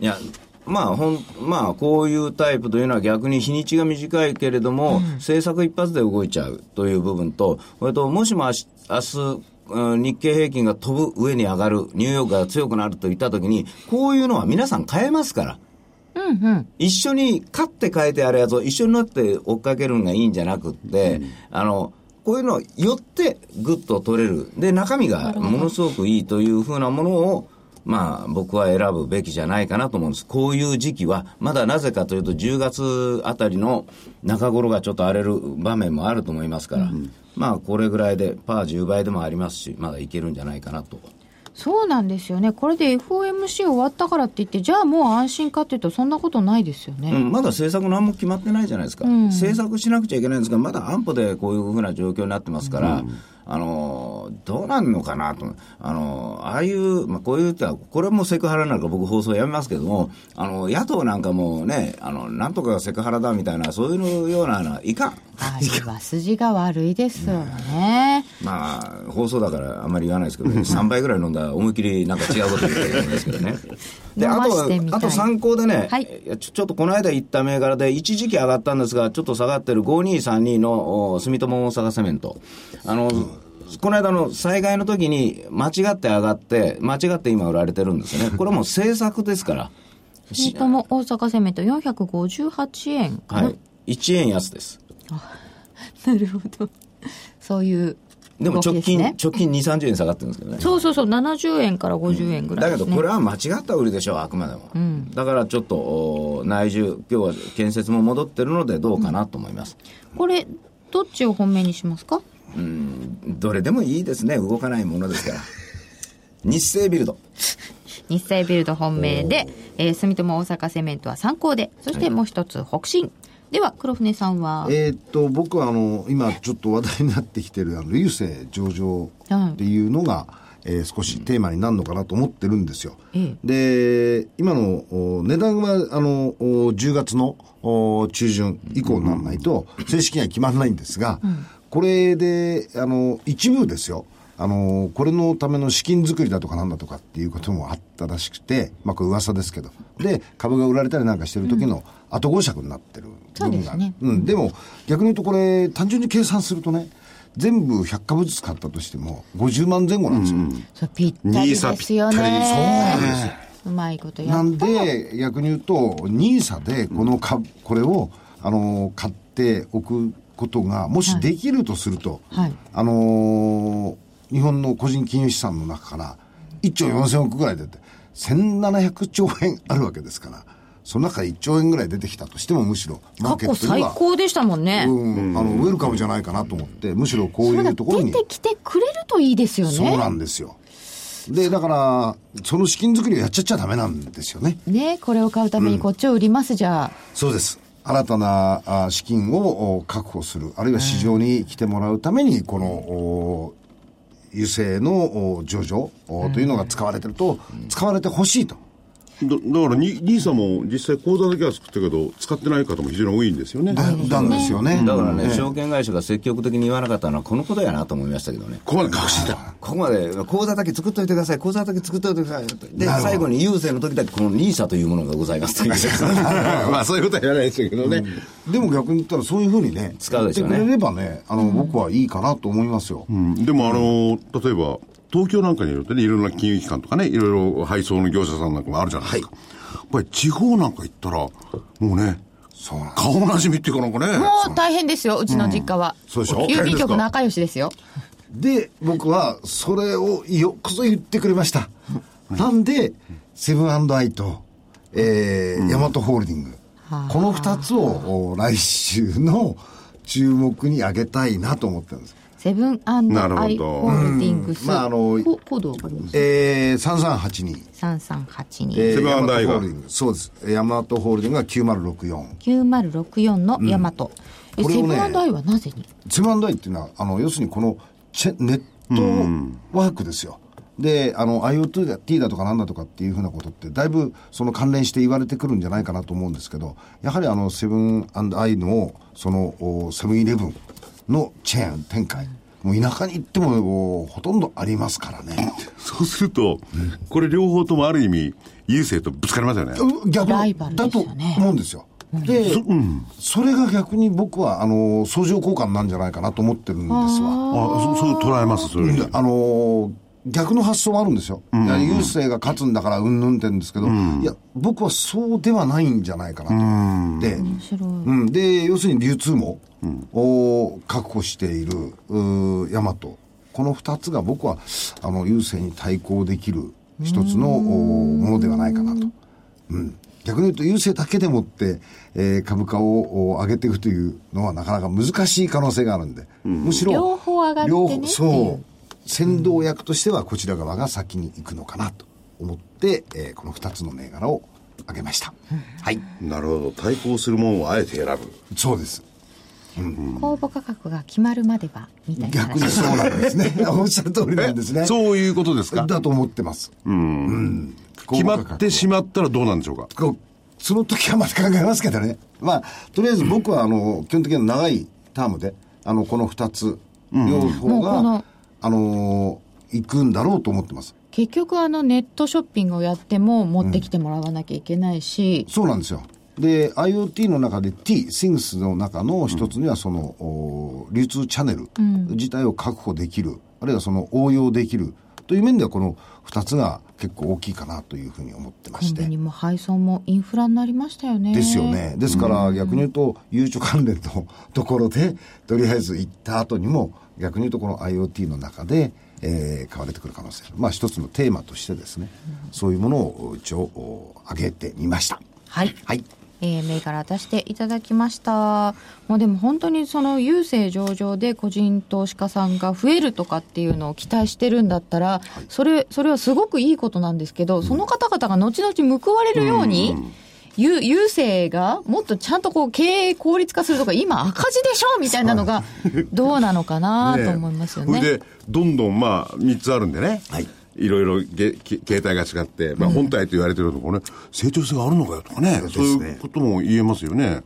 S3: いやまあほんまあこういうタイプというのは逆に日にちが短いけれども、政策一発で動いちゃうという部分とそれともしも明日明日うん日経平均が飛ぶ上に上がるニューヨークが強くなるといったときにこういうのは皆さん変えますから。一緒に勝って変えてあるやつを一緒になって追っかけるのがいいんじゃなくって、あの、こういうのを寄ってグッと取れる。で、中身がものすごくいいというふうなものを、まあ僕は選ぶべきじゃないかなと思うんです。こういう時期は、まだなぜかというと10月あたりの中頃がちょっと荒れる場面もあると思いますから、まあこれぐらいでパー10倍でもありますし、まだいけるんじゃないかなと。
S1: そうなんですよねこれで FOMC 終わったからって言ってじゃあもう安心かっていうとそんなことないですよね、
S3: うん、まだ政策何も決まってないじゃないですか、政策しなくちゃいけないんですが、まだ安保でこういうふうな状況になってますから、あのどうなんのかなと、あのああいう、まあ、こういうってのはこれもセクハラになるから、僕、放送やめますけども、あの野党なんかもねあの、なんとかがセクハラだみたいな、そういうようなのはいかん、
S1: あれは筋が悪いですよね、
S3: まあ、放送だからあんまり言わないですけど、3杯ぐらい飲んだら思いっきりなんか違うこと言ってるんですけ
S1: <laughs>
S3: どね。で、
S1: 飲
S3: あ
S1: ま
S3: と
S1: してみ、たい
S3: あと参考でね、
S1: はい
S3: いやちょちょっとこの間言った銘柄で、一時期上がったんですが、ちょっと下がってる5232のお住友大阪セメント。あの、この間の災害の時に間違って上がって、間違って今売られてるんです
S1: <laughs>
S3: よね。これはもう政策ですから。
S1: 住友大阪セメント458円かな、
S3: はい。1円安です。
S1: なるほどそういう
S3: でも
S1: 動き
S3: 直
S1: です
S3: 近、
S1: ね
S3: 直近2、30円下がってるんですけどね。
S1: そうそうそう70円から50円ぐらいで
S3: だけ
S1: す、
S3: ど
S1: ね、
S3: これは間違った売りでしょう、あくまでも、だからちょっとお内需、今日は建設も戻ってるので、どうかなと思います、
S1: これどっちを本命にしますか
S3: どれでもいいですね、動かないものですから、日清ビルド、
S1: 日清ビルド本命で、えー住友大阪セメントは参考でそしてもう一つ北進、では黒船さんは
S2: えーっと、僕はあの、今ちょっと話題になってきてる、あの、郵政上場っていうのが、えー少しテーマになるのかなと思ってるんですよ。
S1: え
S2: で、今のお値段は、あの、お10月のお中旬以降にならないと、正式には決まらないんですが、これで、あの、一部ですよ。あの、これのための資金作りだとかなんだとかっていうこともあったらしくて、まあ、これ噂ですけど。で、株が売られたりなんかしてる時の後講釈になってる部分がある。うん、でも、逆に言うとこれ、単純に計算するとね、全部100株ずつ買ったとしても、50万前後なんですよ。
S1: そうぴったりですよ
S4: ニーサぴったり
S1: ね
S4: そうなん
S1: うまいことや
S2: な
S1: っ
S2: んで、逆に言うと、NISA でこの株、これを、あのー買っておくことが、もしできるとすると、
S1: はい
S2: あのー日本の個人金融資産の中から、1兆4000億ぐらい出て、1700兆円あるわけですから、その中で1兆円ぐらい出てきたとしても、むしろ、マー
S1: 過
S2: ケ
S1: 去
S2: ットに
S1: 最
S2: は、
S1: 高でしたもんね、
S2: うん、あの、ウェルカムじゃないかなと思って、むしろこう
S1: そう
S2: い
S1: だ
S2: うところ
S1: 出
S2: に。
S1: てきてくれるといいですよね
S2: そうなんですよ。で、だから、その資金作りをやっちゃっちゃダメなんですよね。
S1: ねこれを買うためにこっちを売ります、じゃあ
S2: そうです。新たなあ資金をお確保する、あるいは市場に来てもらうために、この、お油性のお上場おというのが使われてると、使われてほしいと。
S4: だだからに、兄さんも実際、口座だけは作ったけど、使ってない方も非常に多いんですよね。
S2: だだんですよね。
S3: だからね、
S2: うん
S3: 証券会社が積極的に言わなかったのは、このことやなと思いましたけどね。
S4: ここまで隠してた。
S3: ここまで、口座だけ作っといてください、口座だけ作っといてくださいって。で、
S2: なるほど
S3: 最後に郵政の時だけ、この NISA というものがございますという
S4: <laughs> <laughs> まあ、そういうことは言わないですけどね。
S2: でも逆に言ったらそういうふうにね、
S3: 使うでしょう
S2: や
S3: ね
S2: ってくれればね、あの、僕はいいかなと思いますよ。
S4: うんでも、あの、例えば、東京なんかにいるとね、いろんな金融機関とかね、いろいろ配送の業者さんなんかもあるじゃないですか。やっぱり地方なんか行ったら、もうね、
S2: そうなん
S4: 顔なじみっていうかなんかね、
S1: もう大変ですよ、うちの実家は。
S2: そうでしょ
S1: 郵便局仲良しですよ。
S2: で、僕はそれをよくぞ言ってくれました。なんで、セブンアイと、えー、ヤマトホールディング。この二つをお来週の注目に挙げたいなと思ってるんです。
S1: セブンア
S4: なるほ
S1: イ・
S4: ど
S1: ホールディングス。
S2: うんまああの
S1: こコードわかります
S2: えー、3382。
S1: ?3382。
S2: えー
S4: セブンアイ
S2: ヤ
S4: が
S2: マトホールディングそうです。ヤマトホールディングが9064。
S1: 9064のヤマト。え
S2: これ
S1: セ
S2: を
S1: ブ
S2: ね
S1: ンアイはなぜに
S2: セブンアイっていうのは、あの、要するにこのチェ、ネットワークですよ。で、あの、IoT だ T だとかなんだとかっていうふうなことって、だいぶその関連して言われてくるんじゃないかなと思うんですけど、やはりあの、セブンアイの、その、おセブンイレブンのチェーン展開。もう田舎に行っても、おほとんどありますからね。
S4: そうすると、これ両方ともある意味、郵政とぶつかりますよね。
S2: 逆
S1: ライバルで
S2: だ
S1: す
S2: と
S1: よね
S2: 思うんですよ。で、それが逆に僕は、あの、相乗効果になるんじゃないかなと思ってるんですわ。
S4: あそそう捉えます、それ
S2: いやあのー逆の発想もあるんですよ。いや郵政が勝つんだからうんぬんって言うんですけど、いや、僕はそうではないんじゃないかなと。で、うん、で、要するに流通網を確保している、うーヤマト。この二つが僕は、あの、郵政に対抗できる一つのおものではないかなと。うん。逆に言うと、郵政だけでもって、えー株価をお上げていくというのはなかなか難しい可能性があるんで、むしろ、
S1: 両方上がってね
S2: 両
S1: ってい
S2: 方
S1: う
S2: そう先導役としてはこちら側が先に行くのかなと思って、えーこの2つの銘柄を挙げました、はい
S4: なるほど。対抗するものをあえて選ぶ。
S2: そうです
S1: 公募価格が決まるまでは、みたいな
S2: 逆
S1: 話
S2: に。そうなんですね <laughs> おっしゃる通りなんですね
S4: そういうことですか
S2: だと思ってますうん
S4: 決まってしまったらどうなんでしょうか
S2: こうその時はまた考えますけどね。まあ、とりあえず僕は、あの、基本的には長いタームで、あの、この二つ、両方
S1: もうこの
S2: が、あの、行くんだろうと思ってます。
S1: 結局あのネットショッピングをやっても持ってきてもらわなきゃいけないし、
S2: そうなんですよ。で、IoT の中で T、Things の中の一つには、その、おー流通チャンネル自体を確保できる、あるいはその応用できるという面では、この二つが結構大きいかなというふうに思ってま
S1: コ
S2: し
S1: ンビ
S2: て
S1: ニ。も配送もインフラになりましたよね。
S2: ですよね。ですから、逆に言うと、ゆうちょ関連のところで、とりあえず行った後にも、逆に言うと、この IoT の中で、えー買われてくる可能性。まあ、一つのテーマとしてですね、そういうものを一応、お挙げてみました。
S1: はい。
S2: はい。
S1: えー、銘柄出していただきました。もうでも本当にその郵政上場で個人投資家さんが増えるとかっていうのを期待してるんだったら、それ、それはすごくいいことなんですけど、その方々が後々報われるように、ゆ郵政がもっとちゃんとこう経営効率化するとか、今赤字でしょみたいなのが、どうなのかなと思いますよね。
S4: それで、どんどんまあ、3つあるんでね。
S2: はい。
S4: ろいろげき形態が違って、まあ、本体と言われてるところね、成長性があるのかよとかね、そういうことも言えますよね。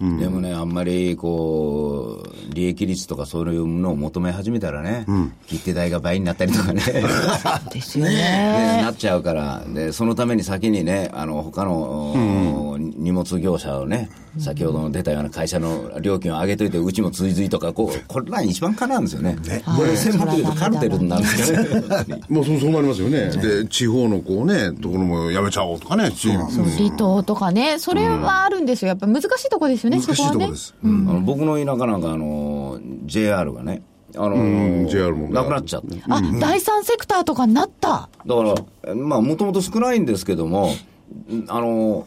S3: でもね、あんまりこう、利益率とかそういうものを求め始めたらね、切手代が倍になったりとかね。
S1: ですよ
S3: ね
S1: ね。
S3: なっちゃうから、でそのために先にね、あの他の、荷物業者をね、先ほどの出たような会社の料金を上げといて、うちも追随とか、こうこれら一番かなんですよね、これ、専門的に言うとカルテルになるんですよね。
S4: まあ、そう、そうなりますよね。で、地方のこうね、ところもやめちゃおうとかね、チーム。
S1: そう離島とかね、それはあるんですよ。やっぱ難しいとこですよね、
S2: 難
S1: そこ
S2: しい
S1: は
S2: とこ
S1: ね
S2: ろで。す。
S3: あの僕の田舎なんか、あの JR がね、あの
S4: うん JR もね
S3: なくなっちゃって、
S1: あ、第三セクターとかになった。
S3: だから、まあ、もともと少ないんですけども、んあの、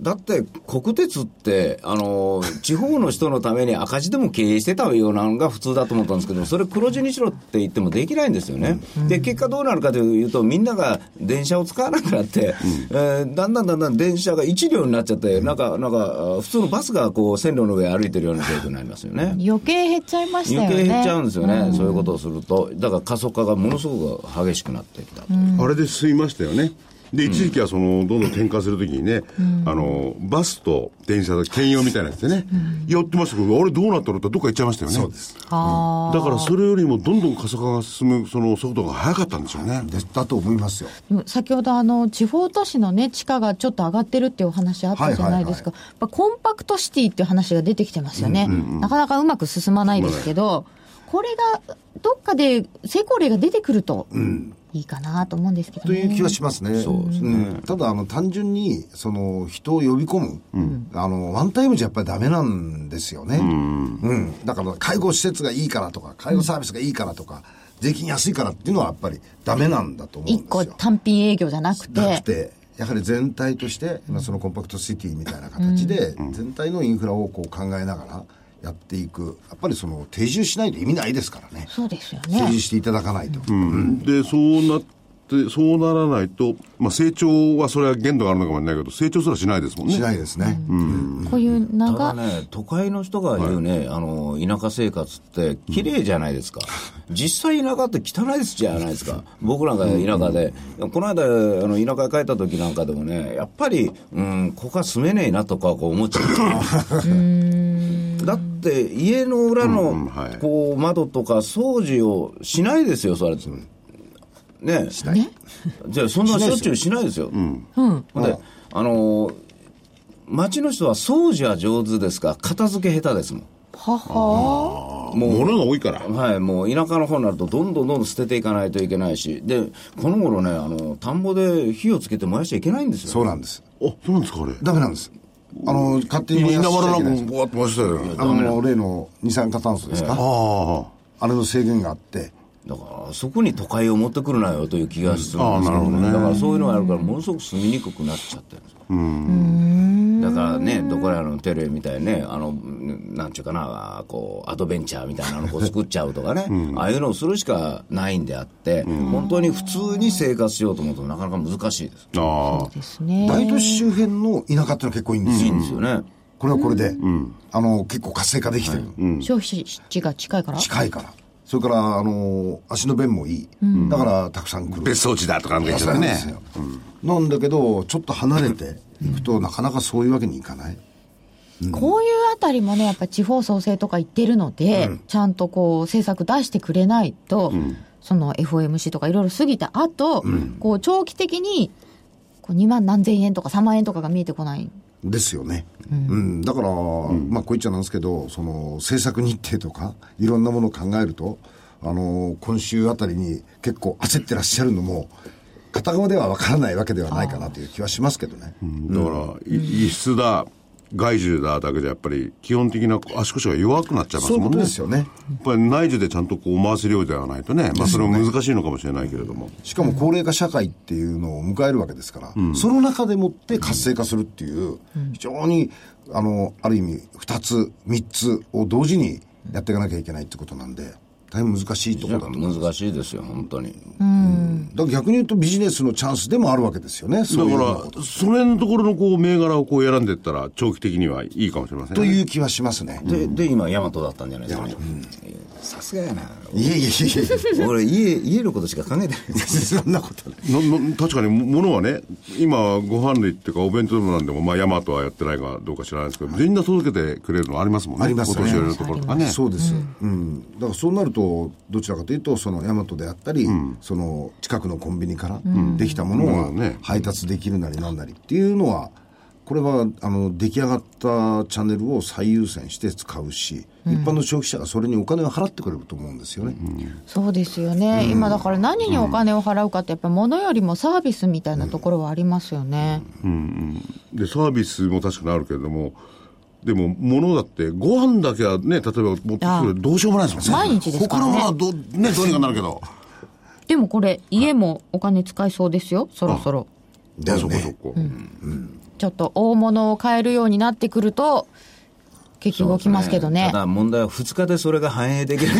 S3: だって国鉄って、あの、地方の人のために赤字でも経営してたようなのが普通だと思ったんですけど、それ黒字にしろって言ってもできないんですよね。で、結果どうなるかというと、みんなが電車を使わなくなって、えーだんだんだんだん電車が一両になっちゃって、なんか、なんか、普通のバスがこう、線路の上歩いてるような状況になりますよね。
S1: 余計減っちゃいましたよね。
S3: 余計減っちゃうんですよね、そういうことをすると、だから過疎化がものすごく激しくなってきたという
S4: あれで進みましたよね。で、一時期はその、どんどん転換するときにね、あの、バスと電車の兼用みたいなやつでね、やってましたけど、あれどうなったのってどっか行っちゃいましたよね。そうです。
S1: あ
S4: だからそれよりもどんどん過疎化が進む、その速度が速かったんでしょうね。
S2: でだと思いますよ。
S1: でも先ほどあの地方都市の、ね、地価がちょっと上がってるっていうお話あったじゃないですか、やっぱコンパクトシティっていう話が出てきてますよね、なかなかうまく進まないですけど、これがどっかで成功例が出てくるといいかなと思うんですけど
S2: と
S1: ね。
S2: いう気はしますね。
S3: そうですね
S2: んただ、あの、単純に、その、人を呼び込む、あの、ワンタイムじゃやっぱりダメなんですよね。うん。だから、介護施設がいいからとか、介護サービスがいいからとか、税金安いからっていうのはやっぱりダメなんだと思うん
S1: 一
S2: ですよ。
S1: 個単品営業じゃなくて、
S2: なくて、やはり全体として、まあそのコンパクトシティみたいな形で、全体のインフラをこう考えながらやっていく、やっぱりその定住しないと意味ないですからね、
S1: そうですよ
S2: 定
S1: ね
S2: 住。していただかないと。
S4: で、そうなって、そうならないと、まあ成長はそれは限度があるのかもしれないけど、成長すらしないですもんね。
S2: しないですね。
S1: こういう
S3: た
S1: 長
S3: だね、都会の人が言うね、あの田舎生活って綺麗じゃないですか、実際田舎って汚いですじゃないですか、僕なんか田舎で、この間、あの田舎へ帰った時なんかでもね、やっぱり、うん、ここは住めねえなとかこう思っちゃ <laughs> う。だって家の裏
S4: うん
S3: の
S4: はい
S3: こう窓とか掃除をしないですよ、それ。ね、しない
S1: ね
S3: じゃあそんなしょっちゅうしないですよ。ほんで、あのー町の人は掃除は上手ですが、片付け下手ですもん。
S1: はは
S4: もう物が多いから。
S3: はい、もう田舎の方になると、どんどんどんどん捨てていかないといけないし、で、この頃ね、あの、田んぼで火をつけて燃やしちゃいけないんですよ。
S2: そうなんです。
S4: あ、そうなんですか、あれ。
S2: ダメなんです。あの、勝手に燃
S4: 稲
S2: やしち
S4: わ
S2: ゃ
S4: ら
S2: いけない
S4: な
S2: で
S4: んか
S2: す
S4: ぼわっと回してたよね。
S2: あの、例の二酸化炭素ですか、
S4: あ
S2: あれの制限があって、
S3: だから、そこに都会を持ってくるなよという気がするんですけど
S4: あーなるほど
S3: ね。だ
S4: ね
S3: から、そういうのがあるから、ものすごく住みにくくなっちゃってるんですよだからね、どこらのテレビみたいにね、あの、なんちゅうかな、こう、アドベンチャーみたいなのをこう作っちゃうとかね、ああいうのをするしかないんであって、本当に普通に生活しようと思うとなかなか難しいです。
S4: あ。ああ。
S1: ですね。
S2: 大都市周辺の田舎っていうのは結構いいんです
S3: いい
S2: よ。
S3: んですよね。
S2: これはこれで、あの、結構活性化できてる。
S1: 消費地が近いから。
S2: 近いから。それから、あの、足の便もいい。だから、たくさん来る。
S4: 別荘地だとかなんか言っちゃ
S2: な
S4: っ
S2: ん
S4: た
S2: で
S4: ね
S2: す。よ。なんだけど、ちょっと離れていくと、なかなかそういうわけにいかない。
S1: こういうあたりもね、やっぱ地方創生とか言ってるので、ちゃんとこう政策出してくれないと、その FOMC とかいろいろ過ぎた後、こう長期的にこう2万何千円とか3万円とかが見えてこない。
S2: ですよね。うん。だから、まあ、こう言っちゃなんですけど、その、制作日程とか、いろんなものを考えると、あの、今週あたりに結構焦ってらっしゃるのも、片側ではわからないわけではないかなという気はしますけどね。
S4: だから、い輸出だ、外需だだけじゃやっぱり基本的な足腰が弱くなっちゃいます
S2: そういうこ
S4: もん
S2: と
S4: ね。
S2: ですよね。
S4: やっぱり内需でちゃんとこう回せるようではないとね、まあそれも難しいのかもしれないけれども。
S2: しかも高齢化社会っていうのを迎えるわけですから、その中でもって活性化するっていう、非常に、あの、ある意味、二つ、三つを同時にやっていかなきゃいけないってことなんで、大変難しいところだと思います。
S3: 難しいですよ、本当に。
S2: だから逆に言うとビジネスのチャンスでもあるわけですよね、
S4: だ
S2: そういうの
S4: から、その辺のところのこう銘柄をこう選んでいったら長期的にはいいかもしれませんね。
S2: という気はしますね。
S3: で、で、今、ヤマトだったんじゃないですかね。さすがやな。
S2: いえいえいえい
S3: 俺、家、家のことしか考えてない。
S2: え、そんなことない。
S4: なな確かに物はね今ご飯類っていうかお弁当でもなんでもまあヤマトはやってないかどうか知らないですけど、全員が届けてくれるのありますもんね
S2: ありますね
S4: お年寄りのところとかね
S2: そうです、うんだからそうなるとどちらかというとそのヤマトであったり、その近くのコンビニからできたも
S4: う
S2: の
S4: ん
S2: が
S4: ね
S2: 配達できるなりなんなりっていうのはこれはあの出来上がったチャンネルを最優先して使うし、一般の消費者がそれにお金を払ってくれると思うんですよね、
S1: そうですよね。今だから何にお金を払うかって、やっぱ物よりもサービスみたいなところはありますよね。
S4: でサービスも確かにあるけれどもでも物だってご飯だけはね例えば持って
S1: あ
S4: くるどうしようもないですもんね
S1: 毎日ですからね
S4: 他のものはど,、ね、どうにかなるけど
S1: でもこれ、家もお金使いそうですよ、そろそろ。
S2: だよ
S4: そこそ
S2: ね
S4: こ、
S1: ちょっと大物を買えるようになってくると、結局動きますけどね
S3: た。だ問題は2日でそれが反映できる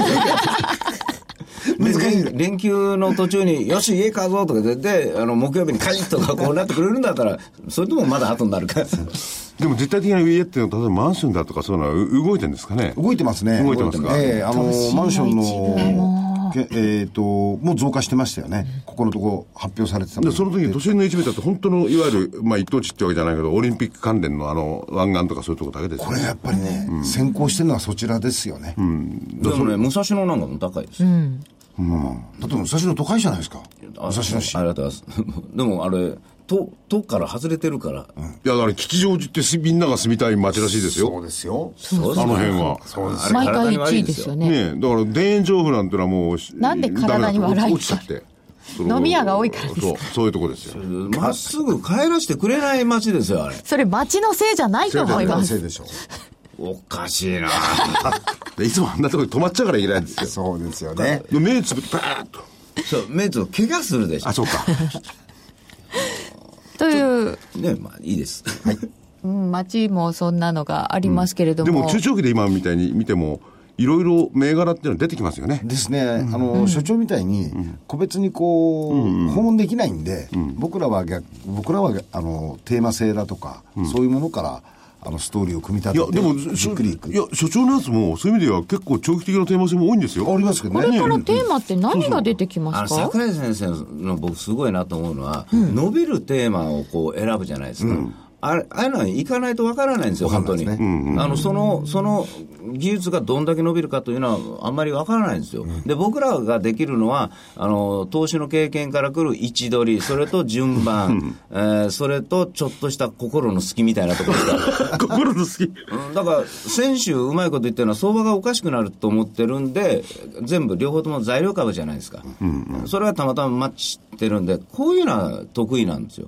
S2: 難しい
S3: 連連休の途中に、よし、家買うぞとか言って、であの木曜日に帰とかこうなってくれるんだったら、それともまだ後になるから、
S4: でも絶対的な家っていうのは例えばマンションだとかそういうのはう動いてるんですかね
S2: 動いてますね
S4: 動いてますか
S2: ええあのマンションのけえっ、と、もう増加してましたよね。ここのところ発表されてたも
S4: で
S2: の
S4: その時に都心の一部だって本当のいわゆる、まあ、一等地ってわけじゃないけどオリンピック関連のあの湾岸とかそういうとこだけですよ
S2: これやっぱりね、先行してるのはそちらですよね。
S3: でもね、武蔵野なんかも高いですよ。
S2: だって武蔵野都会じゃないですか。武蔵野市
S3: あ。りがとうございます。 <laughs> でもあれ、都、都から外れてるから、
S4: いやだから吉祥寺ってすみんなが住みたい街らしいです
S2: そう
S4: よ
S2: ですよ。
S3: そうですね
S4: あの辺は
S3: あれ
S1: 毎
S3: 体
S1: 回
S3: に悪
S1: 1
S3: い
S1: 位ですよね
S4: ねえだから田園調布なんてのはもう
S1: なんで体に悪いんだ
S4: ダメだ落ちちゃってその
S1: 飲み屋が多いからですか
S4: そうそういうとこですよ
S3: まっすぐ帰らしてくれない街ですよ、あれ。
S1: それ町のせいじゃないと思いま
S2: 男
S1: す
S2: 性でしょ
S3: おかしい <laughs> な
S4: でいつもあんなとこに止まっちゃうからいけないんですよ
S2: そうですよね。
S4: で目つぶってパーッと
S3: そう、目つを怪我するでしょ
S4: あ。そうか
S1: という、
S3: ね、まあいいです。
S1: うん、町もそんなのがありますけれど
S4: で
S1: も、
S4: も中長期で今みたいに見てもいろいろ銘柄っていうのは出てきますよね
S2: ですね、あの、所長みたいに、個別にこう、訪問できないんで、僕らは逆、僕らは、あの、テーマ性だとか、そういうものから、あの、ストーリーを組み立
S4: いや
S2: てて、
S4: でも
S2: じっくりいく。
S4: いや所長のやつもそういう意味では結構長期的なテーマ性も多いんですよ
S2: ありますけど
S1: こ
S2: ね。
S1: れからテーマって何が出てき
S3: あ
S1: ま
S3: の
S1: すか、
S3: 桜井先生の僕すごいなと思うのは、伸びるテーマをこう選ぶじゃないですか。あれああいうのは行かないとわからないんですよ、本当に。あの、その、その技術がどんだけ伸びるかというのはあんまりわからないんですよ。で、僕らができるのは、あの、投資の経験から来る位置取り、それと順番、えーそれとちょっとした心の隙みたいなところですから。
S4: 心の好き
S3: うんだから、先週うまいこと言ってるのは、相場がおかしくなると思ってるんで、全部、両方とも材料株じゃないですか、それはたまたまマッチしてるんで、こういうのは得意なんですよ、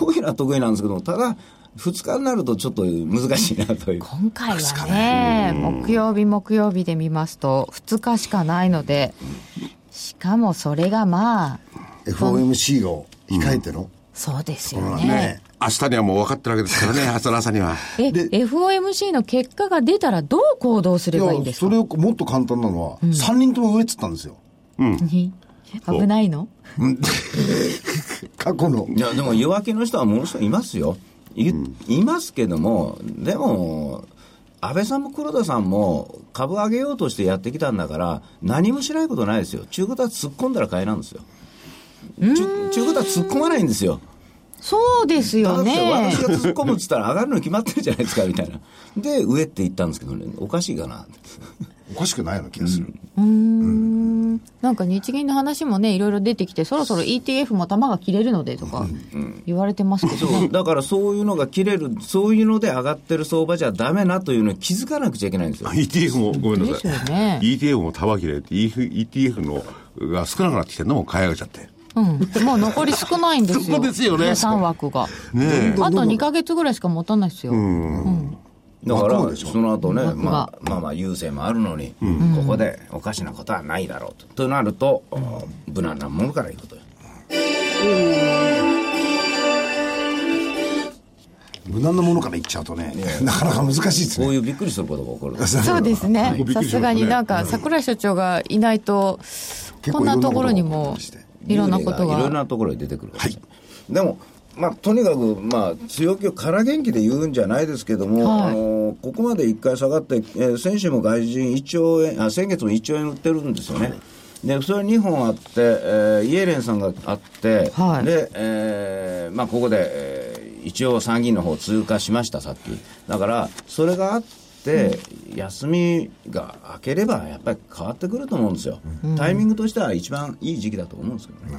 S3: こういうのは得意なんですけども、ただ、2日になるとちょっと難しいなという、
S1: 今回はね、木曜日、木曜日で見ますと、2日しかないので、しかもそれがまあ、
S2: FOMC を控えての、
S1: そうですよね。
S2: ね。
S4: 明日にはもう分かってるわけです <laughs> からね明日の朝には
S1: え、FOMC の結果が出たらどう行動す
S2: い
S1: ればいいんで
S2: や、
S1: す
S2: そ
S1: か
S2: れをもっと簡単なのは、3人とも上っつったんですよ。
S1: に <laughs> 危ないの
S2: 過去の。
S3: いや、でも弱気の人はものすごいいますよ、い,、いますけども、でも、安倍さんも黒田さんも株上げようとしてやってきたんだから、何もしないことないですよ、中古は突っ込んだら買いなんですよ。中中古は突っ込まないんですよ。
S1: そうですよ
S3: だっ
S1: ね
S3: て。私が突っ込むっつったら上がるのに決まってるじゃないですかみたいな。で、上って言ったんですけどね、おかしいかなって。
S2: おかしくないような気がする。
S1: なんか日銀の話もね、いろいろ出てきて、そろそろ ETF も玉が切れるのでとか言われてますけど
S3: そう
S1: ね。
S3: だからそういうのが切れる、そういうので上がってる相場じゃダメなというのに気づかなくちゃいけないんですよ。
S4: ETF もごめんな
S1: です
S4: さい
S1: よね。
S4: ETF も束切れって ETF のが少なくなってきてるのも買い上げちゃって
S1: うん。もう残り少ないんですよ。
S4: そこですよね
S1: 3枠が。
S4: ね
S1: あと2ヶ月ぐらいしか持たないですよ。
S3: だか
S2: 枠もで
S3: ら、
S2: しょ
S3: その後ね、
S1: 枠が
S3: まあ、まあまあ、優勢もあるのに、ここでおかしなことはないだろうと。となると、無難なものからいくと。
S2: 無難なものからいっちゃうとね、なかなか難しいです
S3: こう
S2: ね。
S3: いうびっくりすることが起こる。
S1: そうですね。
S4: びっく
S1: さ
S4: りしますね
S1: すがになんか、桜井所長がいないと、
S2: 結
S1: こんな
S2: 構いろ
S1: ん
S2: なことが
S1: ところにも、いろんなこと
S3: いろん
S1: が。
S3: なところに出てくるかもしれない、でも、まあ、とにかく、まあ、強気を空元気で言うんじゃないですけども、
S1: はい
S3: あのここまで1回下がって、えー先週も外人1兆円あ先月も1兆円売ってるんですよね。でそれ2本あって、えーイエレンさんがあって、
S1: はい
S3: で、えーまあ、ここで、えー一応参議院の方通過しましたさっきだからそれがあって、休みが明ければやっぱり変わってくると思うんですよ、タイミングとしては一番いい時期だと思うんですけど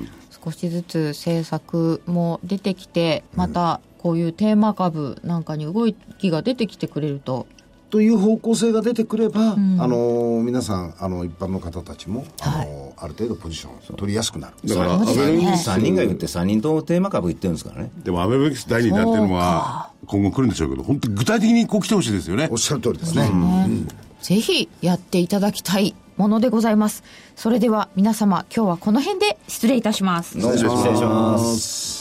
S3: ね、
S1: 少しずつ政策も出てきて、また、こういうテーマ株なんかに動きが出てきてくれると、
S2: という方向性が出てくれば、あの、皆さん、あの、一般の方たちも、あの、ある程度ポジション取りやすくなる。
S4: だか
S1: そ
S4: ら
S1: う
S4: ア
S1: で
S4: ベ
S1: すよ
S4: ノ
S1: ね
S4: ミクス
S3: 3人が言って3人ともテーマ株言ってるんですからね
S4: でもアベノミクス第2弾っていうのは今後来るんでしょうけど本当に具体的にこう来てほしいですよね
S2: おっしゃる通りですね。
S1: ぜひやっていただきたいものでございます。それでは皆様、今日はこの辺で失礼いたします。
S3: 失礼します
S2: ます。